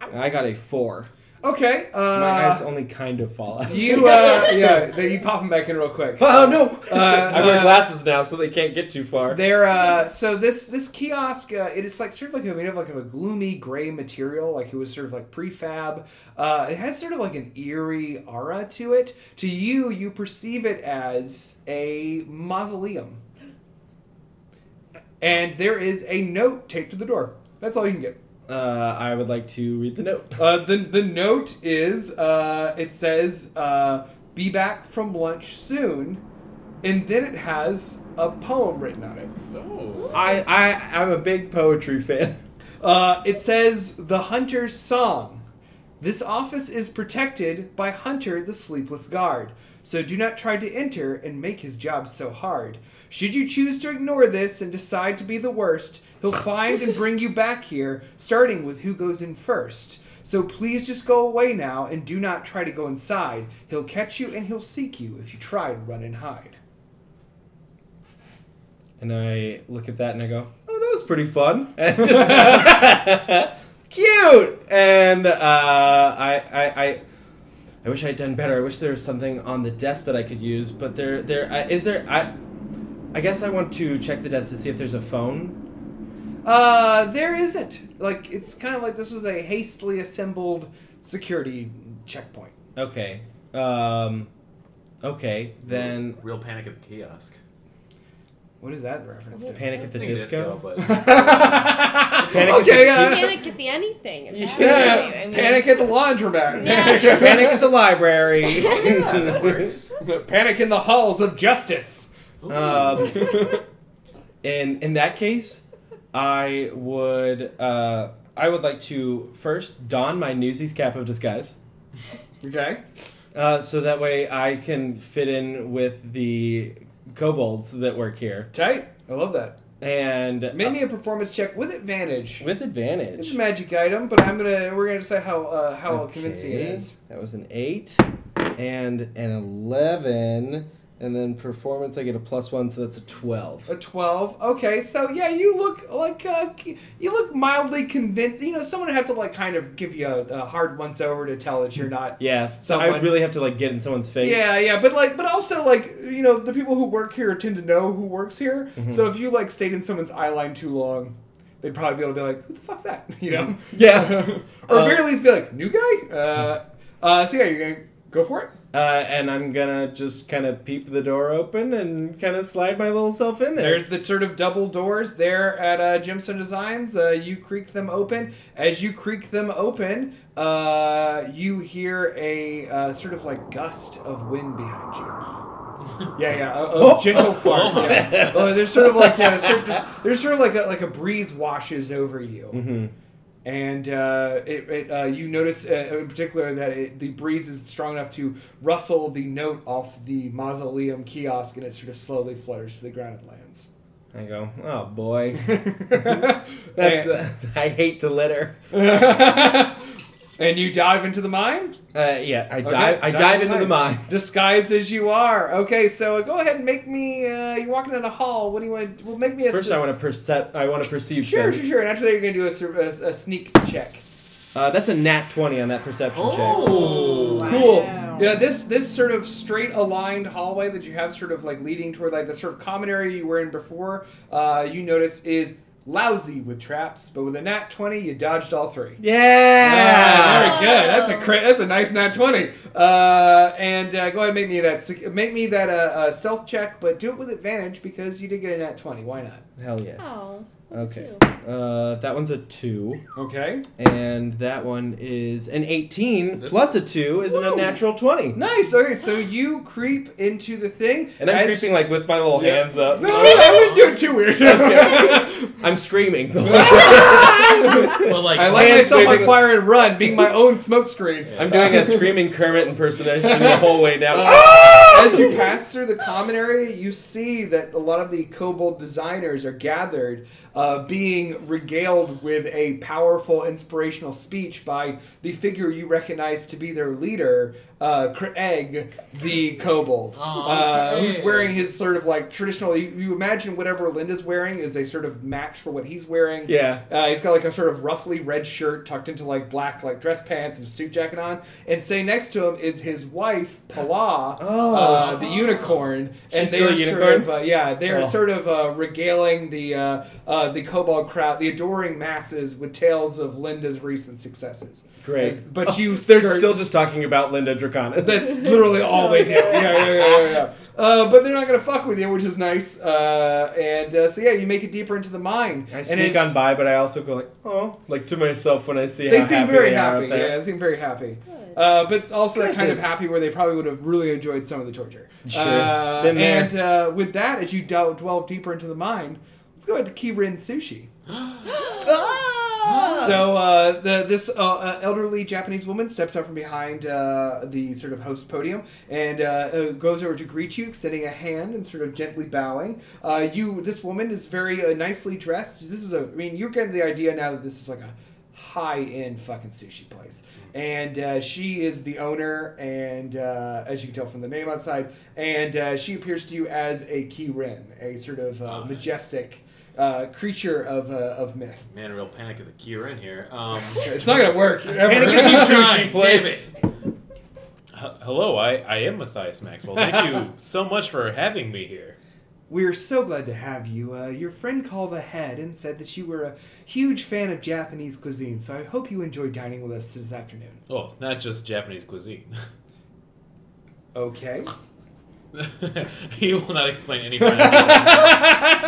S4: I got a four.
S2: Okay. Uh,
S4: So my eyes only kind of fall out.
S2: you, uh, yeah, they, you pop them back in real quick.
S4: (laughs) Oh no!
S2: Uh,
S4: (laughs) I wear
S2: uh,
S4: glasses now, so they can't get too far.
S2: They're uh, so this this kiosk uh, it is like sort of like a made of like of a gloomy gray material like it was sort of like prefab. Uh, it has sort of like an eerie aura to it. To you, you perceive it as a mausoleum, and there is a note taped to the door. That's all you can get.
S4: Uh, I would like to read the note.
S2: Uh, the the note is uh, it says uh, be back from lunch soon, and then it has a poem written on it.
S3: Oh.
S4: I, I, I'm a big poetry fan.
S2: Uh, it says the hunter's song. This office is protected by Hunter the Sleepless Guard, so do not try to enter and make his job so hard. Should you choose to ignore this and decide to be the worst, he'll find and bring you back here, starting with who goes in first. So please just go away now and do not try to go inside. He'll catch you and he'll seek you if you try to run and hide.
S4: And I look at that and I go, oh, that was pretty fun. (laughs) And- Cute! And uh, I, I, I, I wish I'd done better. I wish there was something on the desk that I could use, but there, there I, is there. I, I guess I want to check the desk to see if there's a phone.
S2: Uh, there isn't. Like, it's kind of like this was a hastily assembled security checkpoint.
S4: Okay. Um, okay. Then
S3: Real panic at the kiosk.
S2: What is that reference to?
S4: Panic at the
S3: Think
S4: disco. (laughs)
S3: but
S4: Panic at
S2: okay,
S4: the-
S2: uh,
S7: Panic at the anything. if that's
S2: yeah,
S7: what you- I mean-
S2: panic at the laundromat. (laughs)
S4: (laughs)
S7: Yeah.
S4: Panic at the library.
S3: (laughs) that works.
S2: panic in the halls of justice. (laughs)
S4: Um, in in that case, I would uh, I would like to first don my Newsies cap of disguise,
S2: Okay.
S4: uh, so that way I can fit in with the kobolds that work here,
S2: Tight. I love that.
S4: and uh,
S2: Make me a performance check with advantage.
S4: with
S2: It's
S4: advantage.
S2: a magic item, but I'm gonna we're gonna decide how uh, how convincing it
S4: Okay,
S2: is.
S4: That was an eight and an eleven, and then performance I get a plus one, so that's a twelve.
S2: A twelve. Okay, so yeah, you look like uh, you look mildly convinced. You know, someone would have to like kind of give you a, a hard once over to tell that you're not.
S4: Yeah, so I
S2: Someone-
S4: would really have to like get in someone's face.
S2: Yeah, yeah, but like, but also like, you know, the people who work here tend to know who works here. So if you like stayed in someone's eye line too long, they'd probably be able to be like, "Who the fuck's that?" (laughs) You know?
S4: Yeah.
S2: (laughs) or at
S4: Mm-hmm. Uh,
S2: very least be like, "New guy." Uh, uh, so yeah, you're gonna go for it.
S4: Uh, and I'm gonna just kind of peep the door open and kind of slide my little self in there.
S2: There's the sort of double doors there at uh, Jimson Designs. Uh, you creak them open. As you creak them open, uh, you hear a uh, sort of like gust of wind behind you. Yeah, yeah, a, a
S4: Oh.
S2: gentle fart.
S3: Oh.
S2: yeah. Uh, there's sort of like yeah, sort of just, there's sort of like a, like a breeze washes over you, and uh, it, it uh, you notice uh, in particular that it, the breeze is strong enough to rustle the note off the mausoleum kiosk, and it sort of slowly flutters to the ground and lands.
S4: I go,
S2: (laughs)
S4: oh boy, that's,
S2: and,
S4: uh, (laughs) I hate to litter.
S2: (laughs) and you dive into the mine,
S4: Uh, yeah, I dive, I dive into the mine. (laughs)
S2: disguised as you are. Okay, so go ahead and make me. Uh, you're walking down a hall. What do you want? To, well, make me a.
S4: First, I want to percep, I want to perceive
S2: sure, sure,
S4: things.
S2: sure. And after that, you're gonna do a sur- a, a sneak check.
S4: Uh, that's a nat twenty on that perception
S3: Oh,
S2: Cool.
S6: Wow.
S2: Yeah, this this sort of straight aligned hallway that you have, sort of like leading toward like the sort of common area you were in before. Uh, you notice is lousy with traps, but with a nat twenty, you dodged all three.
S4: check. Yeah.
S2: Ah, very good. That's a cra- that's a nice nat twenty. Uh, and uh, go ahead and make me that sec- make me that uh, uh, stealth check, but do it with advantage because you did get a nat twenty. Why not?
S4: Hell yeah.
S7: Oh.
S4: Okay. Uh, that one's a two,
S2: Okay.
S4: and that one is an eighteen plus a two is an
S2: Whoa.
S4: unnatural twenty.
S2: Nice. Okay, so you creep into the thing,
S4: And I'm
S2: as-
S4: creeping like with my little
S2: Yeah.
S4: hands
S2: (laughs)
S4: up.
S2: No,
S4: (laughs)
S2: I wouldn't do it too weird.
S4: I'm screaming.
S3: but
S2: (laughs)
S3: like,
S2: I like
S4: Hands
S2: myself on
S4: waving-
S2: fire and run, being my own smokescreen.
S4: I'm doing a screaming Kermit impersonation the whole
S2: (laughs)
S4: way down.
S2: Uh, As you pass through the common area, you see that a lot of the kobold designers are gathered, uh, being regaled with a powerful inspirational speech by the figure you recognize to be their leader, uh, Craig the kobold,
S3: Aw,
S2: uh, who's
S3: Craig.
S2: wearing his sort of like traditional. You, you imagine whatever Linda's wearing is a sort of match for what he's wearing.
S4: Yeah.
S2: Uh, he's got like a sort of roughly red shirt tucked into like black like dress pants and a suit jacket on. And sitting next to him is his wife Pala,
S4: Oh.
S2: uh, the unicorn.
S4: She's
S2: and they
S4: still a
S2: are
S4: unicorn?
S2: Sort of, uh, yeah, they are
S4: Oh.
S2: sort of uh, regaling the uh, uh, the kobold crowd, the adoring masses, with tales of Linda's recent successes.
S4: Great. Oh,
S2: As- but you
S4: (laughs) They're
S2: skirt-
S4: still just talking about Linda Draconis.
S2: (laughs) that's
S4: (laughs)
S2: literally all they do. Yeah, yeah, yeah, yeah. yeah. Uh, but they're not gonna fuck with you, which is nice. Uh, and uh, so yeah, you make it deeper into the mine.
S4: I
S2: And
S4: sneak
S2: it's-
S4: on by, but I also go like, oh, like to myself when I see
S2: they
S4: how
S2: seem
S4: happy
S2: very
S4: they are
S2: happy.
S4: up there.
S2: Yeah, they seem very happy. Uh, but it's also that kind of
S4: Good.
S2: happy where they probably would have really enjoyed some of the torture.
S4: Sure.
S2: Uh,
S4: Been there.
S2: And uh, with that, as you del- delve deeper into the mine, let's go ahead to Kirin Sushi. So uh, the this uh, uh, elderly Japanese woman steps out from behind uh, the sort of host podium and uh, uh, goes over to greet you, extending a hand and sort of gently bowing. Uh, you, this woman is very uh, nicely dressed. This is a, I mean, you're getting the idea now that this is like a high end fucking sushi place, and uh, she is the owner, and uh, as you can tell from the name outside, and uh, she appears to you as a Kirin, a sort of uh,
S3: nice.
S2: majestic. Uh, creature of, uh, of myth.
S3: man, real panic at the key in here. Um,
S2: It's not gonna work. ever.
S4: (laughs) Panic
S2: (laughs)
S4: at the sushi place.
S3: Damn it. H- Hello, I, I am Matthias Maxwell. Thank (laughs) you so much for having me here.
S2: We're so glad to have you. Uh, your friend called ahead and said that you were a huge fan of Japanese cuisine, so I hope you enjoy dining with us this afternoon. (laughs)
S3: Oh, not just Japanese cuisine.
S2: Okay.
S3: (laughs) he will not explain any further.
S2: uh,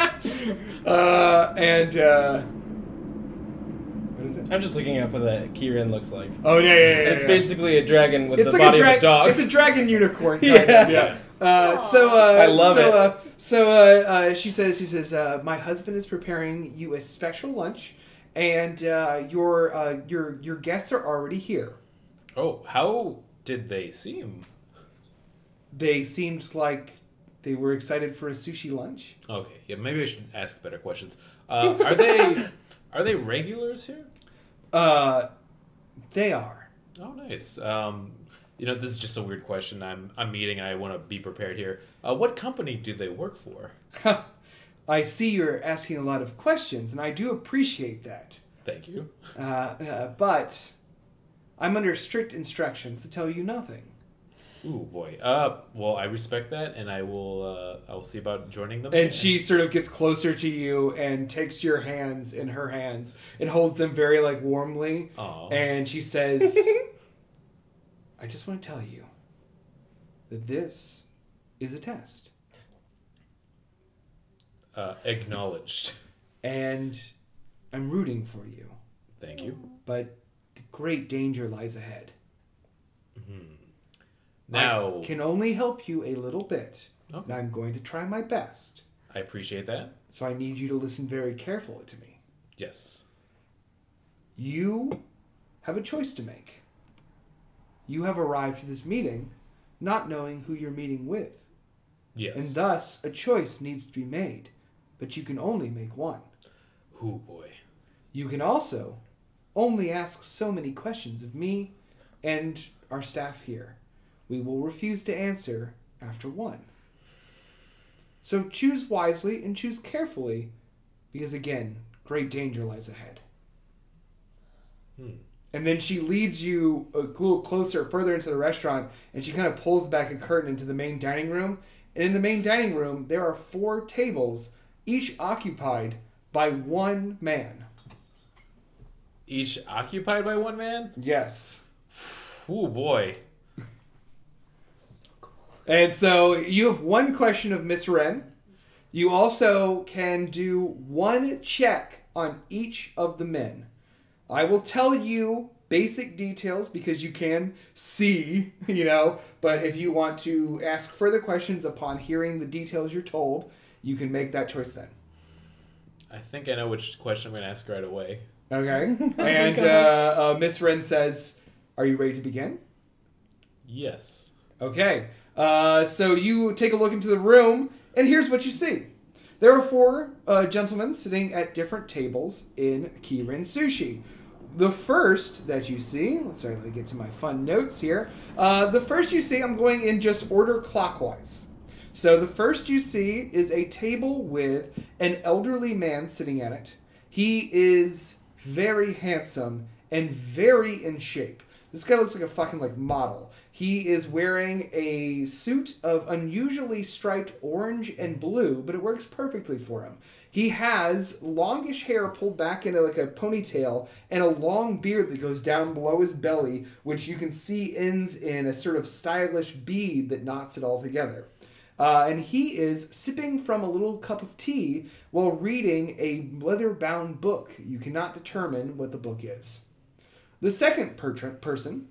S2: and uh, what is it?
S4: I'm just looking up what that Kirin looks like.
S2: Oh yeah, yeah, yeah. yeah,
S4: It's
S2: yeah.
S4: basically a dragon with
S2: it's
S4: the
S2: like
S4: body
S2: a
S4: of a dog.
S2: It's a dragon unicorn. Kind
S4: Yeah.
S2: Of, yeah. Uh, so uh,
S4: I love
S2: so,
S4: it.
S2: Uh, so uh, uh, she says, she says, uh, my husband is preparing you a special lunch, and uh, your uh, your your guests are already here.
S3: (laughs) oh, how did they seem?
S2: They seemed like they were excited for a sushi lunch.
S3: Okay, yeah, maybe I should ask better questions. Uh,
S2: (laughs)
S3: are they are they regulars here?
S2: Uh, they are. (laughs)
S3: Oh, nice. Um, you know, this is just a weird question. I'm I'm meeting, and I want to be prepared here. Uh, what company do they work for?
S2: I see you're asking a lot of questions, and I do appreciate that.
S3: Thank you.
S2: Uh, uh, but I'm under strict instructions to tell you nothing.
S3: Ooh boy. Uh, well, I respect that, and I will. Uh, I will see about joining them.
S2: And she sort of gets closer to you and takes your hands in her hands and holds them very like warmly.
S3: Aw.
S2: And she
S3: (laughs)
S2: says, "I just want to tell you that this is a test,
S3: uh, acknowledged.
S2: and I'm rooting for you,
S3: Thank you.
S2: but great danger lies ahead.
S3: Now,
S2: I can only help you a little bit,
S3: Okay.
S2: and I'm going to try my best.
S3: I appreciate that.
S2: So I need you to listen very carefully to me.
S3: Yes.
S2: You have a choice to make. You have arrived to this meeting not knowing who you're meeting with,
S3: Yes.
S2: and thus a choice needs to be made, but you can only make one.
S3: Ooh boy.
S2: You can also only ask so many questions of me and our staff here. We will refuse to answer after one. So choose wisely and choose carefully, because again, great danger lies ahead. And then she leads you a little closer, further into the restaurant, and she kind of pulls back a curtain into the main dining room. And in the main dining room, there are four tables, each occupied by one man.
S3: Each occupied by one man.
S2: Yes.
S3: Ooh boy.
S2: And so you have one question of Miss Wren. You also can do one check on each of the men. I will tell you basic details because you can see, (laughs) you know, but if you want to ask further questions upon hearing the details you're told, you can make that choice then.
S3: I think I know which question I'm going to ask right away.
S2: Okay? And uh, uh, Miss Wren says, Are you ready to begin?
S3: Yes.
S2: Okay. Uh, so you take a look into the room, and here's what you see. There are four uh, gentlemen sitting at different tables in Kirin Sushi. The first that you see, let's sorry, let me get to my fun notes here. Uh, the first you see, I'm going in just order clockwise. So the first you see is a table with an elderly man sitting at it. He is very handsome and very in shape. This guy looks like a fucking like model. He is wearing a suit of unusually striped orange and blue, but it works perfectly for him. He has longish hair pulled back into like a ponytail and a long beard that goes down below his belly, which you can see ends in a sort of stylish bead that knots it all together. Uh, and he is sipping from a little cup of tea while reading a leather bound book. You cannot determine what the book is. The second per- person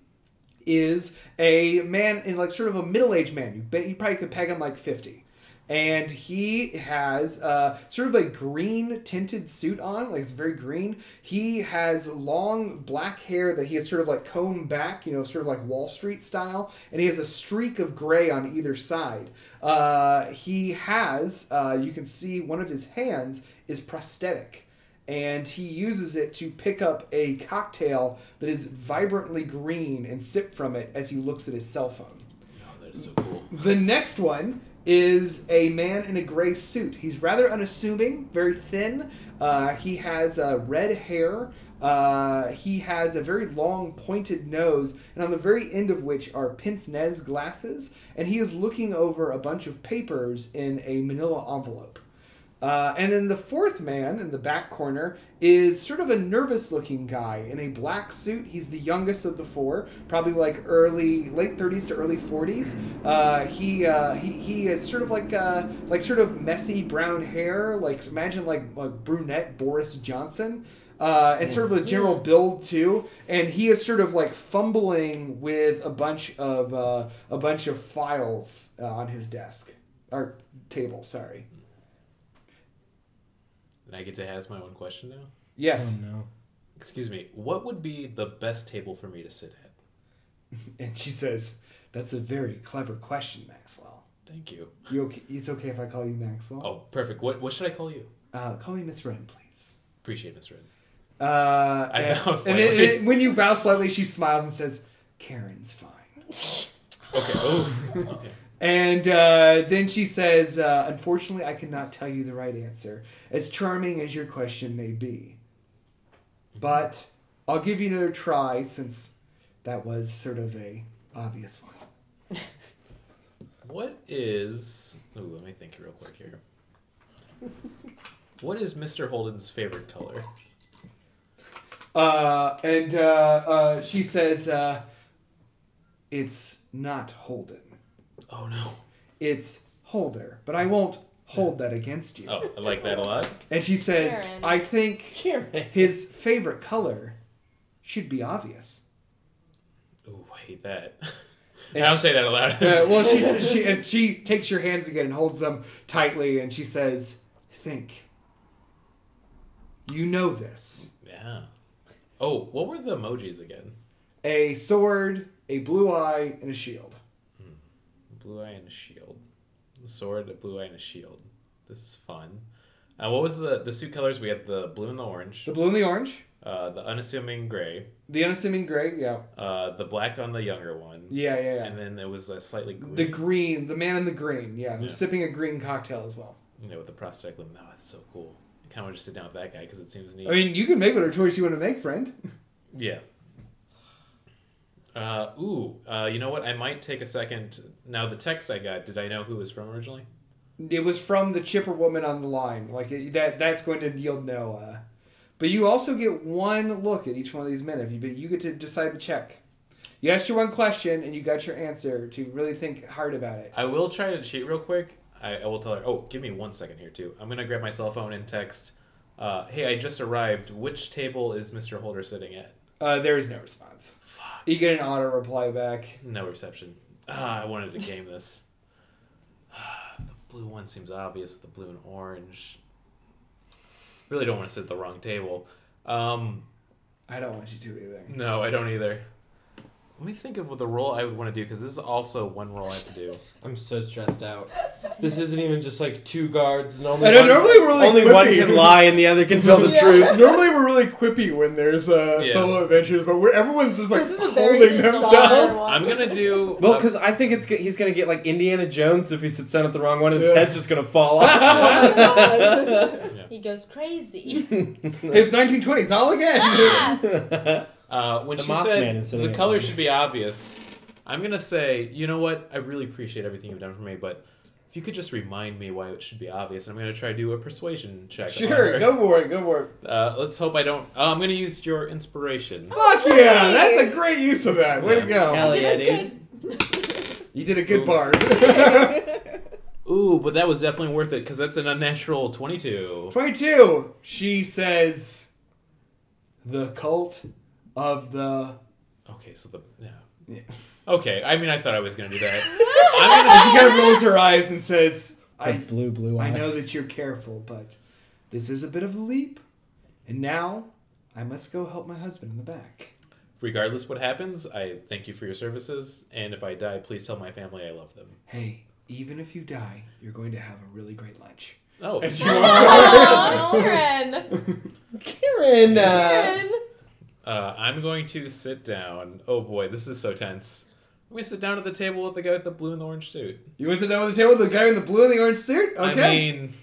S2: is a man in like sort of a middle aged man. You bet you probably could peg him like fifty, and he has uh, sort of a green tinted suit on, like it's very green. He has long black hair that he has sort of like combed back, you know, sort of like Wall Street style, and he has a streak of gray on either side. Uh, he has, uh, you can see one of his hands is prosthetic and he uses it to pick up a cocktail that is vibrantly green and sip from it as he looks at his cell phone.
S3: Oh, that is so cool.
S2: The next one is a man in a gray suit. He's rather unassuming, very thin. Uh, he has uh, red hair. Uh, he has a very long, pointed nose, and on the very end of which are pince nez glasses. And he is looking over a bunch of papers in a manila envelope. Uh, and then the fourth man in the back corner is sort of a nervous looking guy in a black suit. He's the youngest of the four, probably like early, late 30s to early 40s. Uh, he, uh, he he is sort of like uh, like sort of messy brown hair. Like imagine like a brunette Boris Johnson. Uh, and sort of the general build too, and he is sort of like fumbling with a bunch of uh, a bunch of files uh, on his desk or table. Sorry.
S3: And I get to ask my own question now.
S2: Yes.
S4: no.
S3: Excuse me. What would be the best table for me to sit at?
S2: And she says, "That's a very clever question, Maxwell.
S3: Thank you.
S2: You okay? It's okay if I call you Maxwell.
S3: Oh, perfect. What what should I call you?
S2: Uh, call me Miss Wren, please."
S3: Appreciate it, Miss Red.
S2: Uh,
S3: I
S2: and,
S3: bow
S2: and it-
S3: slightly.
S2: it- when you bow slightly, she smiles and says, "Karen's fine."
S3: Okay. Oh. (laughs) Okay.
S2: And uh, then she says, uh, "Unfortunately, I cannot tell you the right answer, as charming as your question may be.
S3: Mm-hmm.
S2: But I'll give you another try, since that was sort of a obvious one."
S3: What is? Ooh, let me think real quick here. What is Mr. Holden's favorite color?
S2: Uh, and uh, uh, she says, uh, "It's not Holden.
S3: Oh no.
S2: It's Holder. But I won't hold that against you."
S3: Oh, I like that a lot.
S2: And she says,
S7: Karen.
S2: "I think his favorite color should be (laughs) obvious."
S3: Ooh, I hate that. (laughs) I
S2: And
S3: don't
S2: she-
S3: say that aloud.
S2: Uh, well, she says- she and she takes your hands again and holds them tightly, and she says, "Think. You know this:
S3: (laughs) yeah. Oh, what were the emojis again?
S2: a sword, a blue eye, and a shield."
S3: Blue eye and a shield. A sword, a blue eye, and a shield. This is fun. Uh, what was the the suit colors? We had the blue and the orange,
S2: The blue and the orange,
S3: uh, the unassuming gray,
S2: the unassuming gray. Yeah,
S3: uh, the black on the younger one,
S2: yeah, yeah. yeah.
S3: and then there was a slightly green,
S2: The green, the man in the green, yeah, who's
S3: Yeah.
S2: sipping a green cocktail as well.
S3: you know, with the prostacyclin. No, that's so cool. I kind of want to sit down with that guy because it seems neat.
S2: I mean, you can make whatever choice you want to make, friend.
S3: Yeah. Uh, ooh, uh, you know what? I might take a second. Now, the text I got, did I know who it was from originally?
S2: It was from the chipper woman on the line, like it, that. That's going to yield no. Uh, but you also get one look at each one of these men. If you, but you get to decide the check. You asked your one question and you got your answer. To really think hard about it.
S3: I will try to cheat real quick. I, I will tell her, oh, give me one second here, too. I'm going to grab my cell phone and text, uh, hey, I just arrived. Which table is Mr. Holder sitting at?
S2: Uh, there is no response.
S3: Fuck.
S2: You get an auto reply back.
S3: No reception. Ah, I wanted to game this. Ah, the blue one seems obvious with the blue and orange. Really don't want to sit at the wrong table. Um,
S2: I don't want you to do anything.
S3: No, I don't either. Let me think of what the role I would want to do because this is also one role I have to do.
S4: (laughs) I'm so stressed out. This isn't even just like two guards and only
S2: I know,
S4: one,
S2: normally we're, like,
S4: only one
S2: quippy.
S4: can lie and the other can
S2: (laughs)
S4: tell the truth.
S2: Normally we're really quippy when there's uh,
S3: Yeah. solo
S2: adventures, but where everyone's just
S6: This is a very solid one.
S3: I'm gonna do.
S4: Well,
S3: uh,
S4: because I think it's go- he's gonna get like Indiana Jones if he sits down at the wrong one, and his head's just gonna fall (laughs) off.
S7: He goes crazy. (laughs)
S2: It's 1920s all again.
S7: ah!
S3: uh, when
S4: The
S3: she
S4: Mothman
S3: said
S4: is sitting
S3: the
S4: at
S3: color
S4: one.
S3: should be obvious, I'm gonna say, you know what? I really appreciate everything you've done for me, but if you could just remind me why it should be obvious, I'm gonna try to do a persuasion check. on
S2: Sure,
S3: her.
S2: go for it, go for it.
S3: Uh, let's hope I don't. Uh, I'm gonna use your inspiration.
S2: Fuck yeah, that's a great use of that. Way to go.
S4: Hell yeah,
S7: Did I
S4: dude.
S2: You did a good
S3: Ooh.
S2: bar. (laughs)
S3: Ooh, but that was definitely worth it because that's an unnatural 22.
S2: 22. She says, The cult of the.
S3: Okay, so the yeah.
S2: Yeah.
S3: Okay, I mean, I thought I was gonna do that. (laughs) I'm gonna
S2: She kind of rolls her eyes and says,
S4: I,
S2: I,
S4: blue, blue
S2: I
S4: eyes.
S2: know that you're careful, but this is a bit of a leap. And now I must go help my husband in the back.
S3: Regardless what happens, I thank you for your services, and if I die, please tell my family I love them.
S2: Hey, even if you die, you're going to have a really great
S4: (laughs)
S2: lunch.
S3: Oh,
S2: And she walks-
S7: Oh, Karen.
S4: Karen. Uh,
S7: Karen.
S3: uh, I'm going to sit down. Oh boy, this is so tense. I'm gonna sit down at the table with the guy with the blue and the orange suit.
S2: you want to sit down with the table with the guy in the blue and the orange suit? Okay.
S3: I mean,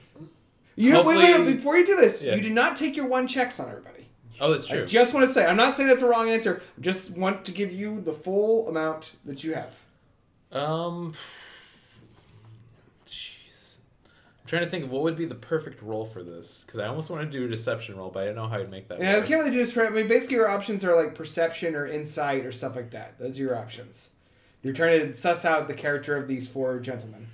S2: You know, wait, wait,
S3: Hopefully-
S2: wait, before you do this,
S3: Yeah.
S2: you did not take your one checks on everybody.
S3: oh, that's
S2: I
S3: true.
S2: just want to say, I'm not saying that's a wrong answer. I just want to give you the full amount that you have.
S3: Um, jeez, trying to think of what would be the perfect role for this because I almost want to do a deception role, but I didn't know how I'd make that.
S2: Yeah, we
S3: work.
S2: can't really do this right. I mean, basically, your options are like perception or insight or stuff like that. Those are your options. You're trying to suss out the character of these four gentlemen.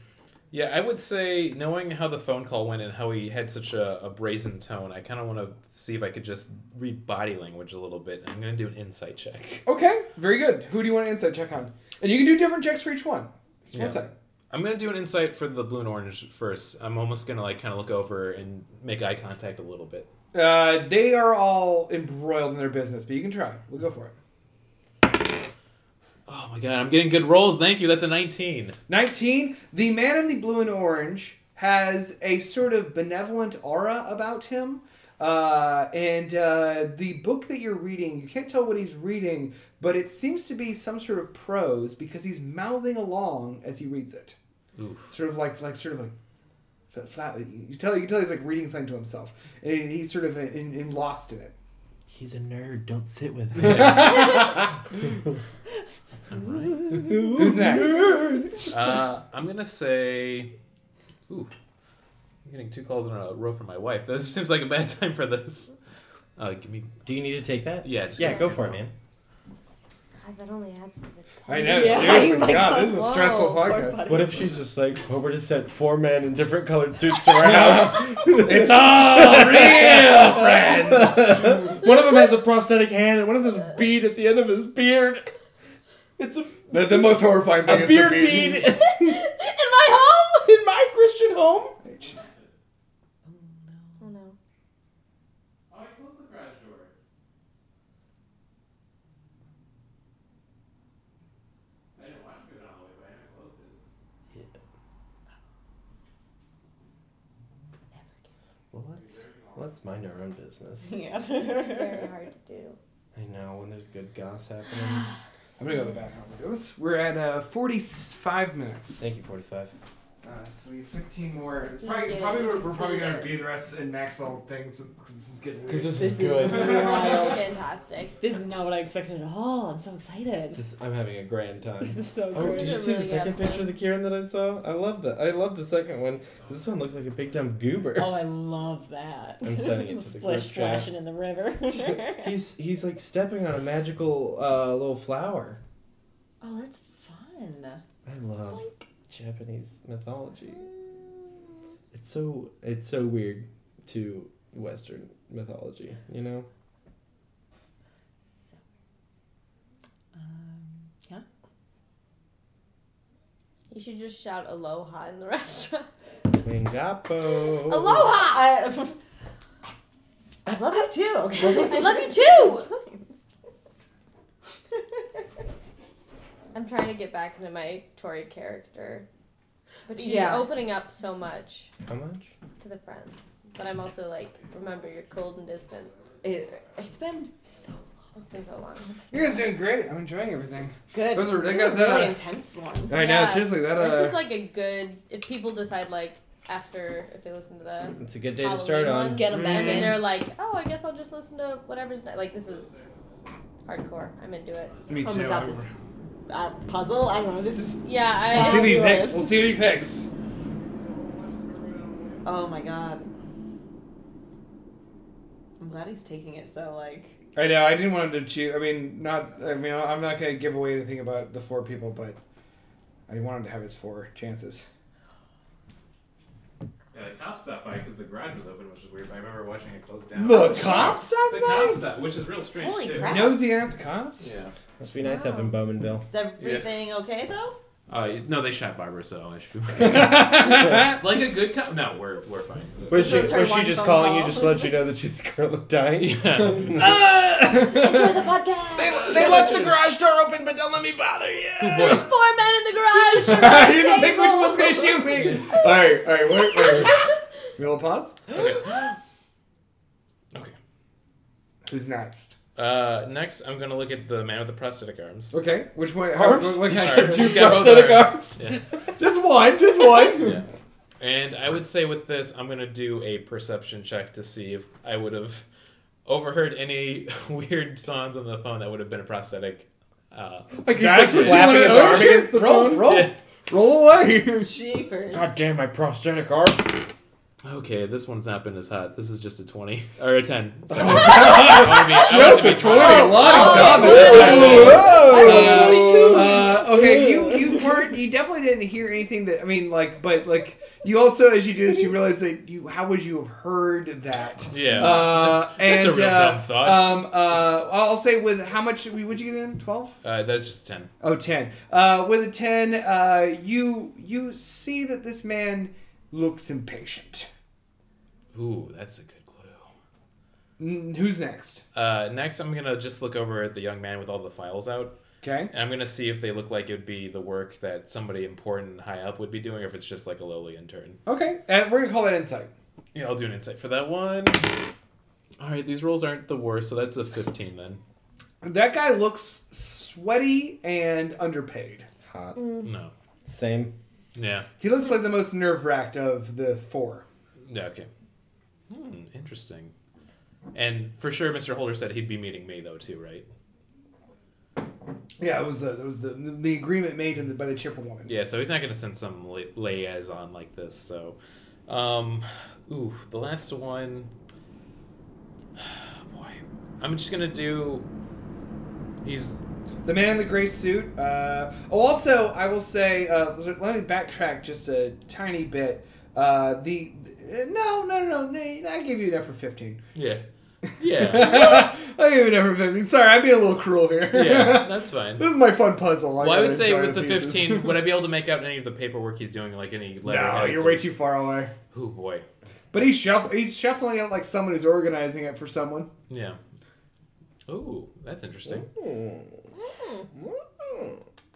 S3: Yeah, I would say knowing how the phone call went and how he had such a, a brazen tone, I kind of want to see if I could just read body language a little bit. I'm gonna do an insight check.
S2: Okay, very good. Who do you want to insight check on? And you can do different checks for each one. Just
S3: Yeah.
S2: one second.
S3: I'm gonna do an insight for the blue and orange first. I'm almost gonna like kind of look over and make eye contact a little bit.
S2: Uh, they are all embroiled in their business, but you can try. We'll go for it.
S3: Oh my god, I'm getting good rolls. Thank you. That's
S4: (laughs)
S3: a 19.
S2: 19. The man in the blue and orange has a sort of benevolent aura about him. Uh, and uh, the book that you're reading, you can't tell what he's reading, but it seems to be some sort of prose because he's mouthing along as he reads it.
S3: Oof.
S2: Sort of like, like, sort of like. f- Flat, you tell you can tell he's like reading something to himself, and he's sort of in, in lost in it.
S4: He's a nerd. Don't sit with
S2: Who's next?
S3: Uh, I'm gonna say, ooh, I'm getting two calls in a row from my wife. This (laughs) seems like a bad time for this. Uh, give me,
S4: Do you need to take that?
S3: yeah, just
S4: Yeah,
S3: give
S4: go
S3: me-
S4: for it, man.
S7: God, that only adds to the.
S2: I know,
S6: Yeah.
S2: seriously,
S6: (laughs) Oh my
S2: God,
S6: God,
S2: this is a
S6: whoa,
S2: stressful
S6: poor
S2: podcast.
S4: What if she's just like, Hobart has sent four men in different colored suits to (laughs) our house?
S2: It's
S4: (laughs)
S2: all real, friends.
S4: one of them has a prosthetic hand, and one of them has a bead at the end of his beard. It's a,
S2: The, the most horrifying thing
S4: a
S2: is
S4: beard
S2: the
S4: bead (laughs)
S2: beard.
S7: (laughs) In my home.
S4: in my Christian home.
S7: Oh no.
S4: Well, that's well, that's mind our own business.
S7: It's
S6: Yeah.
S7: (laughs) very hard to do.
S4: I know when there's good goss (sighs) happening.
S2: I'm gonna go to the bathroom. We'll do this. We're at uh, 45 minutes.
S4: Thank you, forty-five.
S2: Uh, so we have 15 more. It's
S7: You
S2: probably,
S7: get it.
S2: probably
S7: You
S2: we're,
S7: can
S2: we're probably
S7: feed
S2: gonna
S7: it.
S2: be the rest in Maxwell things because this is getting
S4: Because
S2: weird.
S4: this,
S6: This
S4: is
S6: is
S4: good. (laughs)
S6: Wild.
S7: Fantastic.
S6: This is not what I expected at all. I'm so excited.
S4: This- I'm having a grand time.
S6: This is so
S4: Oh,
S6: cool.
S4: did
S7: is
S4: you
S7: a
S4: see the
S7: really good
S4: second
S7: episode.
S4: picture of the Kieran that I saw? I love that. I love the second one. This one looks like a big dumb goober.
S6: Oh, I love that.
S4: I'm sending it to the
S6: (laughs) Splish
S4: group chat.
S6: splashing in the river.
S4: (laughs) he's he's like stepping on a magical uh, little flower.
S6: oh, that's fun.
S4: I love Japanese mythology. It's so it's so weird to Western mythology, you know.
S6: So, um, yeah.
S7: You should just shout aloha in the (laughs) restaurant.
S4: Wingapo.
S6: Oh.
S7: Aloha!
S6: I, I love you too.
S7: I
S6: Okay.
S7: love (laughs) you too! I'm trying to get back into my Tori character. But she's
S6: Yeah.
S7: opening up so much
S4: How much?
S7: to the friends. But I'm also like, remember, you're cold and distant.
S6: It, it's been so
S7: It's been so long.
S2: You guys are doing great. I'm enjoying everything.
S6: good.
S2: Those are-
S6: This
S2: they
S6: is
S2: got
S6: a
S2: that-
S6: really intense one.
S2: I know,
S7: Yeah.
S2: seriously, that uh,
S7: This is like a good. If people decide, like, after, if they listen to
S2: Mm.
S7: the.
S4: It's a good day to start
S7: Halloween
S4: on.
S7: one,
S6: Get them back
S7: And then
S6: in.
S7: they're like, oh, I guess I'll just listen to whatever's. ne-" Like, this is hardcore. I'm into it.
S2: me too.
S6: Oh my god,
S2: I'm-
S6: this uh, puzzle. I don't know. This is.
S7: Yeah,
S2: We'll see
S7: I.
S2: what he
S6: Fabulous.
S2: picks. We'll see what he picks.
S6: Oh my god. I'm glad he's taking it so like.
S2: I know. I didn't want him to choose. I mean, not. I mean, I'm not gonna give away anything about the four people, but I wanted to have his four chances.
S3: Yeah, the cops stopped by because the garage was open, which is weird. But I remember watching it close down.
S2: The cops stopped
S3: The cops
S2: by.
S3: stopped, which is real strange
S6: Holy
S3: too.
S6: crap.
S2: Nosy ass cops.
S3: Yeah.
S4: Must be nice up in Bowmanville.
S6: Is everything okay
S2: (laughs)
S6: though?
S3: Uh, no, they shot Barbara, so I should.
S2: (laughs) yeah,
S3: like a good cop. No, we're we're fine.
S4: Was she,
S6: This is her
S4: was she
S6: one
S4: just
S6: phone
S4: calling you
S6: call.
S4: just to let you know that she's (laughs) currently dying?
S3: Yeah.
S6: Enjoy the podcast.
S4: they left the garage door open, but don't let me bother you.
S7: There's four men
S2: (laughs)
S7: in the garage!
S2: I didn't think which one's gonna shoot me.
S4: all right, all right, wait, wait.
S2: You want to pause?
S3: okay.
S2: Who's next?
S3: Uh, next, I'm gonna look at the man with the prosthetic arms.
S2: Okay, which one?
S4: Arms?
S2: What, what kind
S4: Sorry.
S2: of-
S4: Two
S3: He's (laughs) got both
S4: prosthetic arms.
S3: Yeah.
S2: just one,
S8: (laughs)
S2: just one.
S3: Yeah. And I would say with this, I'm gonna do a perception check to see if I would have overheard any (laughs) weird sounds on the phone that would have been a prosthetic. Uh,
S4: Like he's
S2: That's what you wanna know? Shit, roll, Roll,
S3: Yeah.
S2: roll away. (laughs)
S6: Jeepers.
S4: damn, my prosthetic arm.
S3: Okay, this one's not been as hot. This is just a 20. Or a (laughs) 10. Sorry. I wanna be- I wanted to be
S2: A lot of
S3: Oh,
S2: dollars. oh,
S4: Whoa.
S2: Uh, okay, you you weren't. You definitely didn't hear anything that I mean, like, but like, you also, as you do this, you realize that you. How would you have heard that?
S3: Yeah.
S2: Uh,
S3: that's, that's a
S2: and,
S3: real
S2: uh,
S3: dumb thought.
S2: Um, uh, I'll say with how much would you get in? Twelve.
S3: uh, that's just 10.
S2: Oh, 10. Uh, with a 10, uh, you you see that this man looks impatient.
S3: Ooh, that's a good clue.
S2: Mm, who's next?
S3: Uh, next, I'm going to just look over at the young man with all the files out.
S2: Okay.
S3: And I'm going to see if they look like it would be the work that somebody important and high up would be doing, or if it's just like a lowly intern.
S2: Okay. Uh, we're going to call that insight.
S3: Yeah, I'll do an insight for that one. All right, these rolls aren't the worst, so that's a 15 then.
S2: That guy looks sweaty and underpaid.
S4: Hot.
S3: No.
S4: Same.
S3: Yeah.
S2: He looks like the most nerve wracked of the four.
S3: Yeah, okay. Hmm, interesting. And for sure, Mr. Holder said he'd be meeting me, though, too, right?
S2: Yeah, it was the, it was the, the agreement made in the, by the chipper woman.
S3: Yeah, so he's not going to send some li- liaison like this, so. Um, ooh, the last one. (sighs) Boy. I'm just going to do. He's.
S2: The man in the gray suit. Uh, oh, also, I will say, uh, let me backtrack just a tiny bit. Uh, the uh, no, no, no, no. I give you that for fifteen.
S3: Yeah.
S2: (laughs)
S3: Yeah.
S2: I give it number 15. Sorry, I'm being a little cruel here.
S3: yeah, that's
S2: (laughs)
S3: fine.
S2: this is my fun puzzle.
S3: Well, I
S2: gotta
S3: would say
S2: enjoy
S3: with the
S2: pieces. (laughs)
S3: 15, would I be able to make out any of the paperwork he's doing, like any
S2: no,
S3: letterheads?
S2: you're way too far away.
S3: Oh, boy.
S2: But he's, shuff- he's shuffling it like someone who's organizing it for someone.
S3: Yeah. Ooh, that's interesting.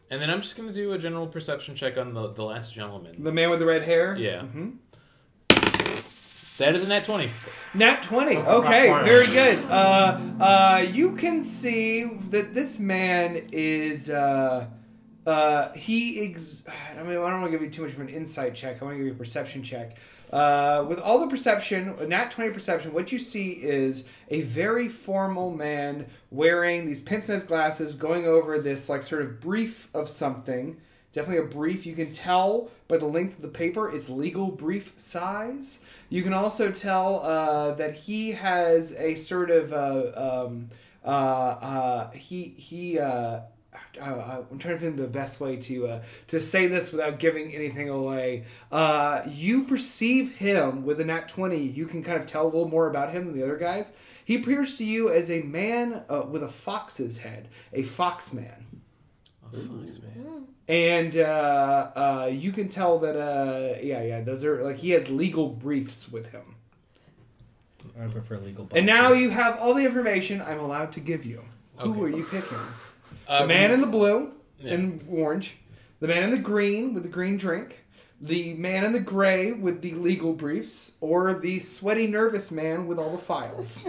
S3: And then I'm just gonna do a general perception check on the, the last gentleman.
S2: The man with the red hair?
S3: Yeah.
S2: Mhm.
S3: That is a nat twenty.
S2: Nat 20. Okay, very good. Uh, uh, you can see that this man is. Uh, uh, he ex- (sighs) I mean, I don't want to give you too much of an insight check. I want to give you a perception check. Uh, with all the perception, nat 20 perception, what you see is a very formal man wearing these pince-nez glasses going over this, like, sort of brief of something. Definitely a brief. You can tell by the length of the paper, it's legal brief size. You can also tell uh, that he has a sort of uh, um, uh, uh, he he. Uh, I- I- I'm trying to think of the best way to uh, to say this without giving anything away. Uh, you perceive him with a nat twenty. You can kind of tell a little more about him than the other guys. He appears to you as a man uh, with a fox's head, a fox man and uh, uh, you can tell that uh, yeah yeah those are like he has legal briefs with him
S4: I prefer legal. Boxes.
S2: and now you have all the information i'm allowed to give you
S3: Okay.
S2: who are you picking
S3: Um,
S2: the man in the blue and orange the man in the green with the green drink the man in the gray with the legal briefs or the sweaty nervous man with all the files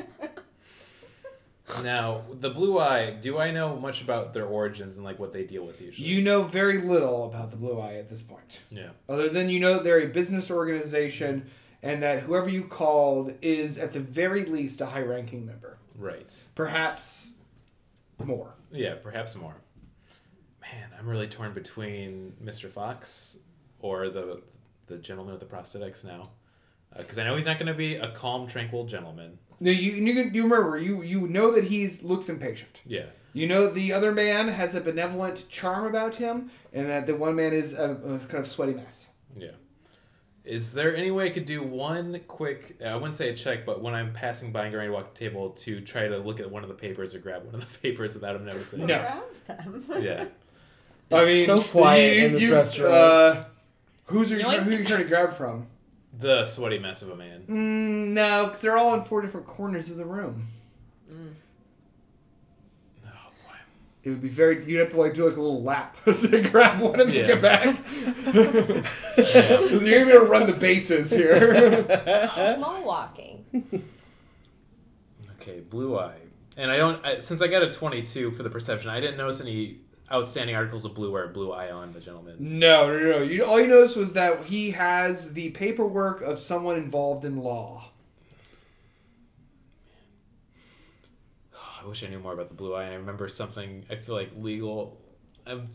S3: now the blue eye. Do I know much about their origins and like what they deal with usually?
S2: you know very little about the blue eye at this point
S3: yeah.
S2: other than you know that they're a business organization and that whoever you called is at the very least a high ranking member
S3: Right.
S2: perhaps more
S3: Yeah. Perhaps more. Man, I'm really torn between Mr. Fox or the the gentleman with the prosthetics now, because I know he's not gonna be a calm, tranquil gentleman.
S2: now you, you can- you remember you you know that he's looks impatient
S3: Yeah.
S2: you know the other man has a benevolent charm about him and that the one man is a, a kind of sweaty mess
S3: Yeah. Is there any way I could do one quick? I wouldn't say a check, but when I'm passing by and going to walk the table, to try to look at one of the papers or grab one of the (laughs) papers without him noticing.
S2: No.
S3: Yeah.
S2: i
S4: It's
S2: mean
S4: so quiet in this restaurant.
S2: uh, who's your,
S7: Yoink.
S2: who are you trying to grab from
S3: The sweaty mess of a man.
S2: mm, no 'cause they're all in four different corners of the room
S3: Oh boy.
S2: It would be very. You'd have to like do like a little lap (laughs) to grab one and then
S3: Yeah.
S2: get back. 'Cause (laughs) You're gonna run the bases here. (laughs)
S8: (laughs)
S7: Mall walking.
S3: Okay, blue eye. And I don't I, since I got a 22 for the perception. I didn't notice any outstanding articles of blue or blue eye on the gentleman.
S2: no, no, no. You, all you noticed was that he has the paperwork of someone involved in law.
S3: I wish I knew more about the blue eye. And I remember something. I feel like legal. I've,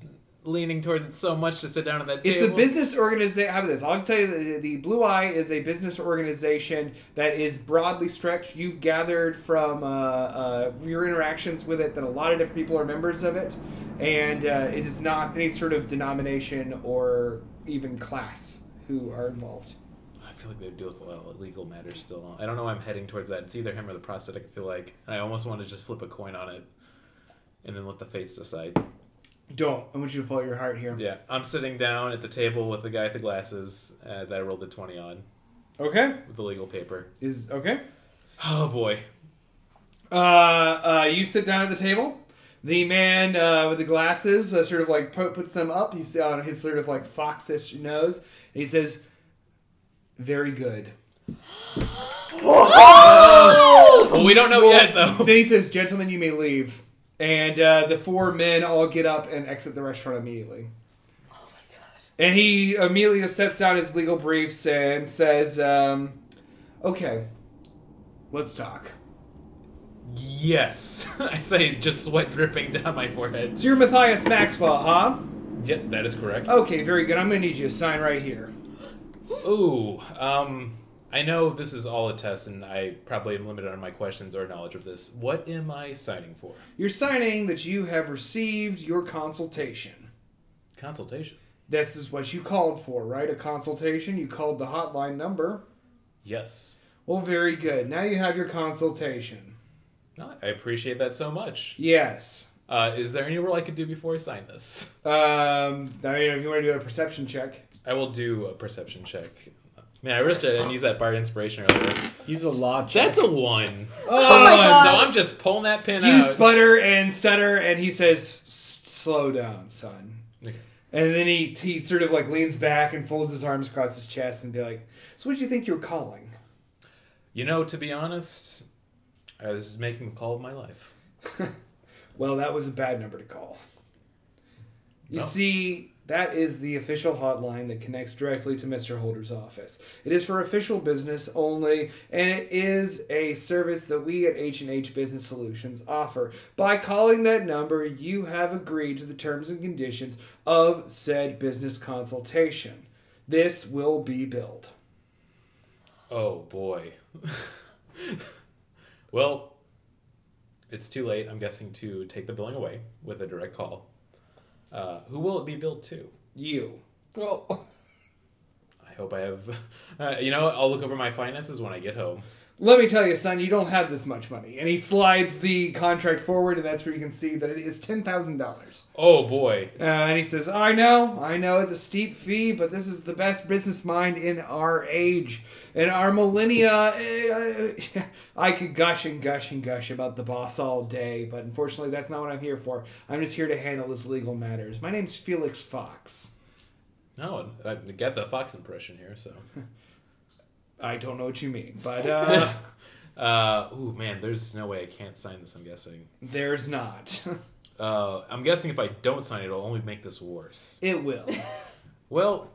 S3: leaning towards it so much to sit down at that table.
S2: It's a business organization. How about this? I'll tell you, the, the Blue Eye is a business organization that is broadly stretched. You've gathered from uh, uh, your interactions with it that a lot of different people are members of it, and uh, it is not any sort of denomination or even class who are involved.
S3: I feel like they deal with a lot of legal matters still. I don't know why I'm heading towards that. It's either him or the prosthetic, I feel like. And I almost want to just flip a coin on it and then let the fates decide.
S2: Don't. I want you to follow your heart here.
S3: Yeah, I'm sitting down at the table with the guy with the glasses uh, that I rolled a 20 on
S2: Okay.
S3: with the legal paper.
S2: Is okay.
S3: Oh boy.
S2: Uh, uh, you sit down at the table. The man uh, with the glasses uh, sort of like pu- puts them up. You see on his sort of like foxish nose, and he says, "Very good."
S3: Well, we don't know yet, though.
S2: Then he says, "Gentlemen, you may leave." And uh, the four men all get up and exit the restaurant immediately. And he immediately just sets down his legal briefs and says, um, "Okay, let's talk."
S3: Yes. (laughs) I say, just sweat dripping down my forehead.
S2: So you're Matthias Maxwell, huh?
S3: Yep, that is correct.
S2: Okay, very good. I'm gonna need you to sign right here.
S3: Ooh, um, I know this is all a test, and I probably am limited on my questions or knowledge of this. What am I signing for?
S2: You're signing that you have received your consultation.
S3: Consultation.
S2: This is what you called for, right? A consultation. You called the hotline number.
S3: Yes.
S2: Well, very good. Now you have your consultation.
S3: No, I appreciate that so much.
S2: Yes.
S3: Uh, is there any role I could do before I sign this?
S2: Um, I mean, if you want to do a perception check,
S3: I will do a perception check. Man, I wish I didn't use that bar inspiration earlier.
S4: Use a law check.
S3: That's a one. Oh,
S2: my God.
S3: so I'm just pulling that pin
S2: you
S3: out.
S2: sputter and stutter, and he says, "S- "Slow down, son."
S3: Okay.
S2: And then he he sort of like leans back and folds his arms across his chest and be like, "So what do you think you're calling?"
S3: you know, to be honest, I was making the call of my life.
S2: Well, that was a bad number to call. You
S3: No.
S2: see, that is the official hotline that connects directly to Mr. Holder's office. It is for official business only, and it is a service that we at H&H Business Solutions offer. By calling that number, you have agreed to the terms and conditions of said business consultation. This will be billed.
S3: Oh boy. (laughs) well, it's too late. I'm guessing to take the billing away with a direct call. Uh, who will it be billed to?
S2: You.
S4: Oh.
S3: I hope I have. (laughs) Uh, you know, what? I'll look over my finances when I get home.
S2: Let me tell you, son, you don't have this much money. And he slides the contract forward, and that's where you can see that it is ten thousand dollars.
S3: Oh boy.
S2: Uh, and he says, I know, I know, it's a steep fee, but this is the best business mind in our age. In our millennia, eh, eh, I (laughs) could gush and gush and gush about the boss all day, but unfortunately, that's not what I'm here for. I'm just here to handle his legal matters. My name's Felix Fox.
S3: No, I got the Fox impression here. So, (laughs)
S2: I don't know what you mean, but uh,
S3: uh, ooh man, there's no way I can't sign this. I'm guessing.
S2: there's not. (laughs)
S3: Uh, I'm guessing if I don't sign it, it'll only make this worse.
S2: it will.
S3: Well,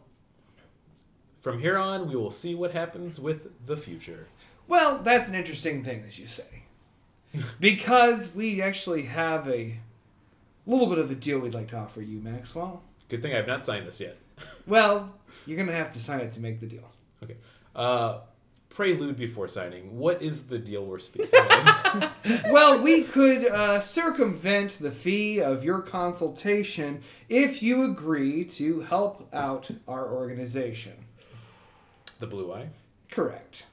S3: from here on, we will see what happens with the future.
S2: Well, that's an interesting thing that you say. Because we actually have a little bit of a deal we'd like to offer you, Maxwell.
S3: Good thing I've not signed this yet.
S2: Well, you're gonna have to sign it to make the deal.
S3: Okay. Uh, prelude before signing. What is the deal we're speaking of?
S2: Well, we could uh, circumvent the fee of your consultation if you agree to help out our organization.
S3: the blue eye.
S2: Correct.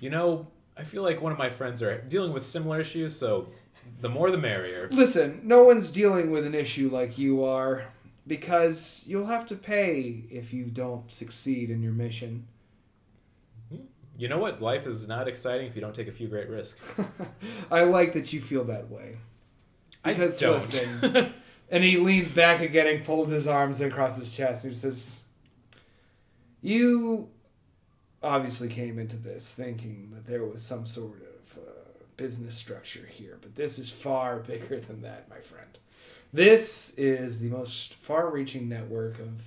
S3: You know, I feel like one of my friends are dealing with similar issues, so the more the merrier.
S2: Listen, no one's dealing with an issue like you are because you'll have to pay if you don't succeed in your mission.
S3: You know what? Life is not exciting if you don't take a few great risks.
S2: (laughs) I like that you feel that way. Because
S3: I don't.
S2: listen,
S3: (laughs)
S2: And he leans back again and folds his arms across his chest and he says, You obviously came into this thinking that there was some sort of uh, business structure here, but this is far (laughs) bigger than that, my friend. This is the most far reaching network of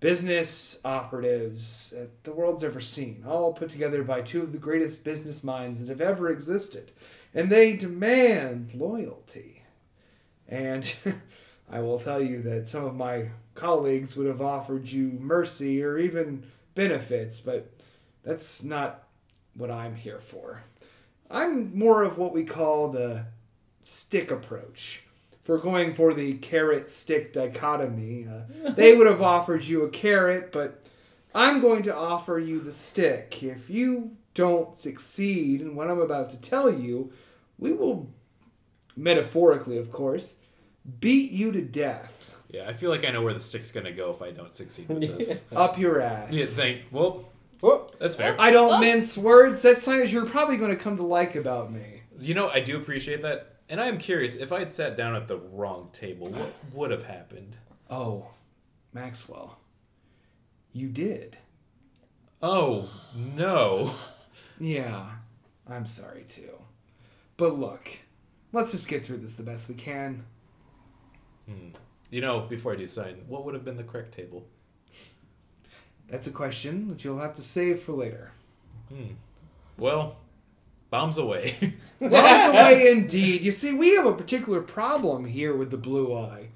S2: business operatives that the world's ever seen, all put together by two of the greatest business minds that have ever existed. And (laughs) they demand loyalty. And I will tell you that some of my colleagues would have offered you mercy or even benefits, but that's not what I'm here for. I'm more of what we call the stick approach. If we're going for the carrot stick dichotomy, uh, they would have offered you a carrot, but I'm going to offer you the stick. If you don't succeed in what I'm about to tell you, we will, metaphorically, of course, beat you to death
S3: Yeah, I feel like I know where the stick's gonna go if I don't succeed with this.
S2: up your ass.
S3: You think, well,
S4: Whoa.
S3: that's fair.
S2: I don't
S7: Oh.
S2: mince words. That's something that you're probably going to come to like about me.
S3: You know, I do appreciate that, and I am curious if I had sat down at the wrong table, what would have happened?
S2: Oh, Maxwell, you did.
S3: Oh no!
S2: Yeah, I'm sorry too. But look, let's just get through this the best we can.
S3: You know, before I do sign, what would have been the correct table?
S2: That's a question that you'll have to save for later.
S3: Well, bombs away. (laughs)
S2: Well, that's the way indeed. You see, we have a particular problem here with the blue eye.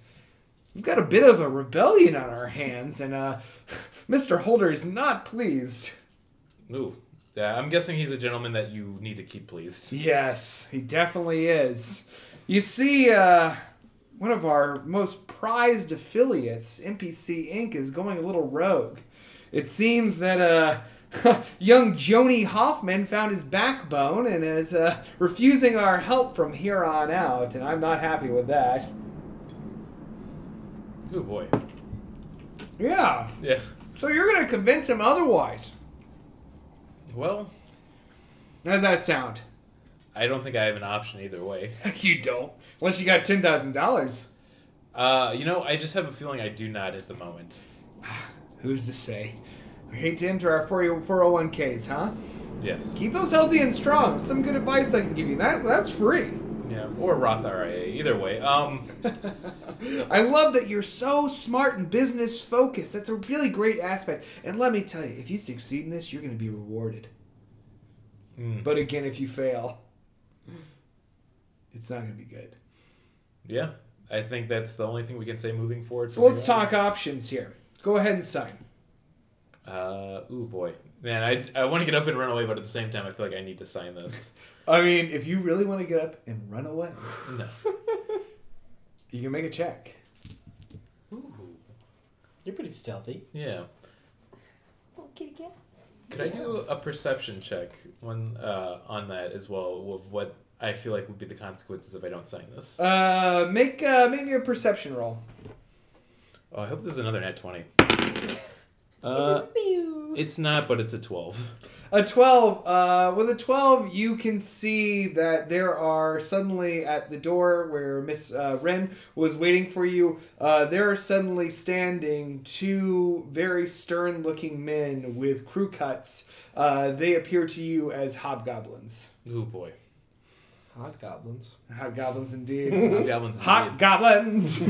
S2: We've got a bit of a rebellion on our hands, and uh, (laughs) Mr. Holder is not pleased.
S3: Ooh, yeah. I'm guessing he's a gentleman that you need to keep pleased.
S2: Yes, he definitely is. You see, uh, one of our most prized affiliates, NPC Inc., is going a little rogue. It seems that uh, (laughs) young Joni Hoffman found his backbone and is uh, refusing our help from here on out, and I'm not happy with that.
S3: Oh boy.
S2: Yeah,
S3: Yeah.
S2: so you're going to convince him otherwise.
S3: Well,
S2: How's that sound? (laughs)
S3: I don't think I have an option either way.
S2: you don't, unless you got $10,000.
S3: Uh, you know, I just have a feeling I do not at the moment.
S2: Who's to say? We hate to enter our 40- 401ks, huh?
S3: Yes.
S2: Keep those healthy and strong. That's some good advice I can give you. That that's free. (laughs)
S3: Yeah. Or Roth IRA. Either way. Um.
S2: I love that you're so smart and business focused. That's a really great aspect. And let me tell you, if you succeed in this, you're going to be rewarded.
S3: hmm.
S2: But again, if you fail, it's not going to be good.
S3: Yeah. I think that's the only thing we can say moving forward.
S2: So
S3: from
S2: let's
S3: here on.
S2: talk options here. Go ahead and sign.
S3: Uh, ooh boy, man, I, I want to get up and run away, but at the same time, I feel like I need to sign this.
S2: I mean, if you really want to get up and run away,
S3: (laughs) No.
S2: you can make a check.
S3: Ooh.
S8: You're pretty stealthy.
S3: Yeah.
S5: Oh, kitty cat.
S3: Could I do a perception check one uh, on that as well of what I feel like would be the consequences if I don't sign this?
S2: Uh, make uh, make me a perception roll.
S3: Oh, I hope this is another net twenty.
S5: Uh,
S3: Uh, it's not, but it's a twelve.
S2: A 12. Uh, with a 12, you can see that there are suddenly at the door where Miss uh, Wren was waiting for you, uh, there are suddenly standing two very stern looking men with crew cuts. Uh, they appear to you as hobgoblins.
S3: Ooh boy,
S8: Hot goblins.
S2: Hobgoblins, (laughs) indeed.
S3: goblins. indeed.
S2: Hobgoblins!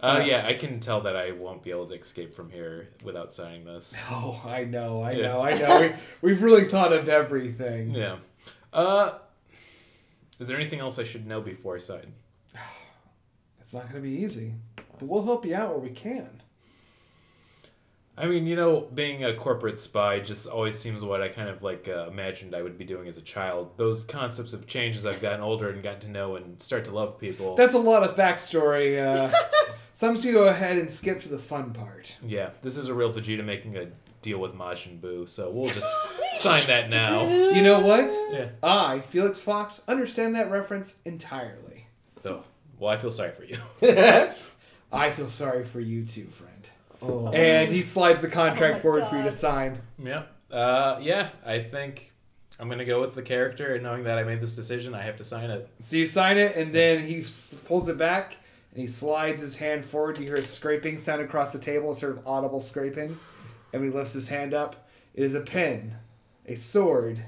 S3: Uh, yeah, I can tell that I won't be able to escape from here without signing (laughs) this.
S2: oh, I know, I
S3: Yeah.
S2: know, I know. We,
S3: (laughs)
S2: we've really thought of everything.
S3: Yeah. Uh, is there anything else I should know before I sign?
S2: It's not going to be easy, but we'll help you out where we can.
S3: I mean, you know, being a corporate spy just always seems what I kind of like uh, imagined I would be doing as a child. Those concepts have changed as I've gotten older and gotten to know and start to love people.
S2: That's a lot of backstory.
S3: (laughs)
S2: Uh, so I'm just gonna go ahead and skip to the fun part.
S3: yeah, this is a real Vegeta making a deal with Majin Buu, so we'll just (laughs) sign that now.
S2: You know what?
S3: Yeah.
S2: I, Felix Fox, understand that reference entirely.
S3: So, well, I feel sorry for you. (laughs)
S2: I feel sorry for you too, friend. (laughs)
S8: Oh.
S2: And he slides the
S5: Oh
S2: contract
S5: my
S2: forward for you to
S5: God.
S2: sign.
S3: yeah. Uh, yeah, I think I'm going to go with the character, and knowing that I made this decision, I have to sign it.
S2: So you sign it, and then he s- pulls it back, and he slides his hand forward. You hear a scraping sound across the table, a sort of audible scraping, and he lifts his hand up. It is a pen, a sword,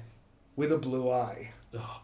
S2: with a blue eye.
S3: Oh,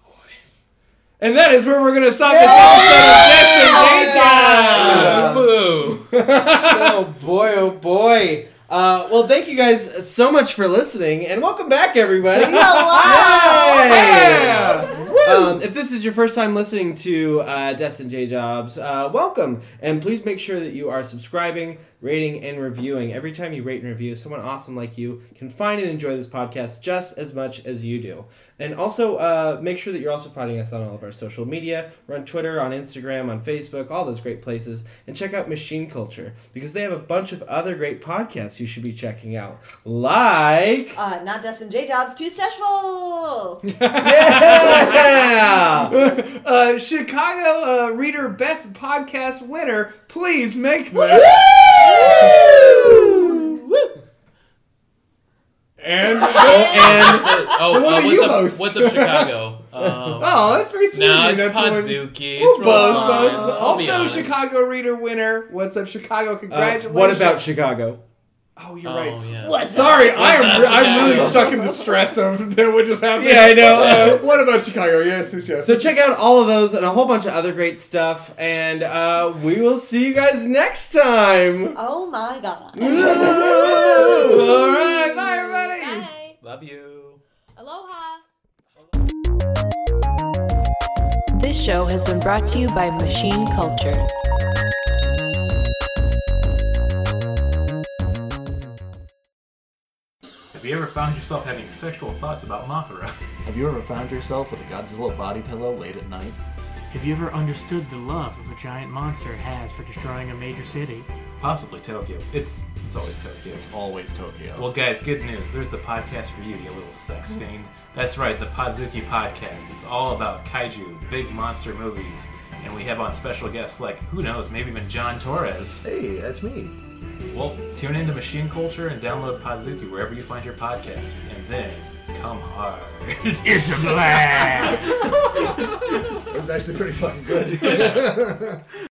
S2: And that is where we're going to stop this episode
S8: Yeah.
S2: of Destination. (laughs)
S3: Boo!
S8: oh boy, oh boy. Uh, well, thank you guys so much
S2: (laughs)
S8: for listening, and welcome back, everybody.
S5: Hello!
S8: Yay!
S2: Yeah.
S8: Um, if this
S4: this is your first time listening to uh, Destin J Jobs, uh, welcome! And please make sure that you are subscribing, rating, and reviewing. Every time you rate and review, someone awesome like you can find and enjoy this podcast just as much as you do. And also, uh, make sure that you're also finding us on all of our social media. We're on Twitter, on Instagram, on Facebook, all those great places. And check out Machine Culture because they have a bunch of other great podcasts you should be checking out, like.
S6: (laughs) Uh, not Dustin J. Jobs, too Stashful!
S4: (laughs) Yeah!
S2: (laughs) uh, Chicago uh, Reader Best Podcast winner, please make this.
S3: And oh, oh,
S2: The one
S3: uh,
S2: that
S3: what's
S2: you
S3: up?
S2: host.
S3: What's
S2: (laughs)
S3: up, Chicago? Um,
S2: Oh, that's very sweet.
S3: no,
S2: of you
S3: it's
S2: not to win.
S3: Podzuki.
S2: Well,
S3: It's
S2: both,
S3: real
S2: both,
S3: fun.
S2: both.
S3: I'll be
S2: Also,
S3: honest.
S2: Chicago Reader winner. What's up, Chicago?
S4: Uh,
S2: Congratulations.
S4: what about Chicago?
S2: Oh, you're
S3: Oh,
S2: right.
S3: yeah.
S2: Sorry, I am.
S3: up,
S2: re- I'm
S3: Chicago?
S2: really stuck in the stress of (laughs) that what just happened.
S4: Yeah, I know.
S2: Uh, (laughs) what about Chicago? Yes, yes, yes.
S4: So check out all of those and a whole bunch of other great stuff, and uh, we will see you guys next time.
S6: Oh my god.
S2: (laughs) All right, bye everybody.
S7: Bye.
S3: Love you.
S7: Aloha.
S9: This show has been brought to you by Machine Culture.
S3: Have you ever found yourself having sexual thoughts about Mothra? (laughs)
S10: Have you ever found yourself with a Godzilla body pillow late at night?
S11: Have you ever understood the love of a giant monster has for destroying a major city?
S3: Possibly Tokyo. It's it's always Tokyo.
S10: It's always Tokyo.
S3: Well, guys, good news. There's the podcast for you, you little sex
S2: Mm-hmm.
S3: fiend. That's right, the Podzuki Podcast. It's all about kaiju, big monster movies, and we have on special guests like, who knows, maybe even John Torres.
S12: Hey, that's me.
S3: Well, tune into Machine Culture and download Podzuki wherever you find your podcast, and then come hard. (laughs)
S12: That was actually pretty fucking good.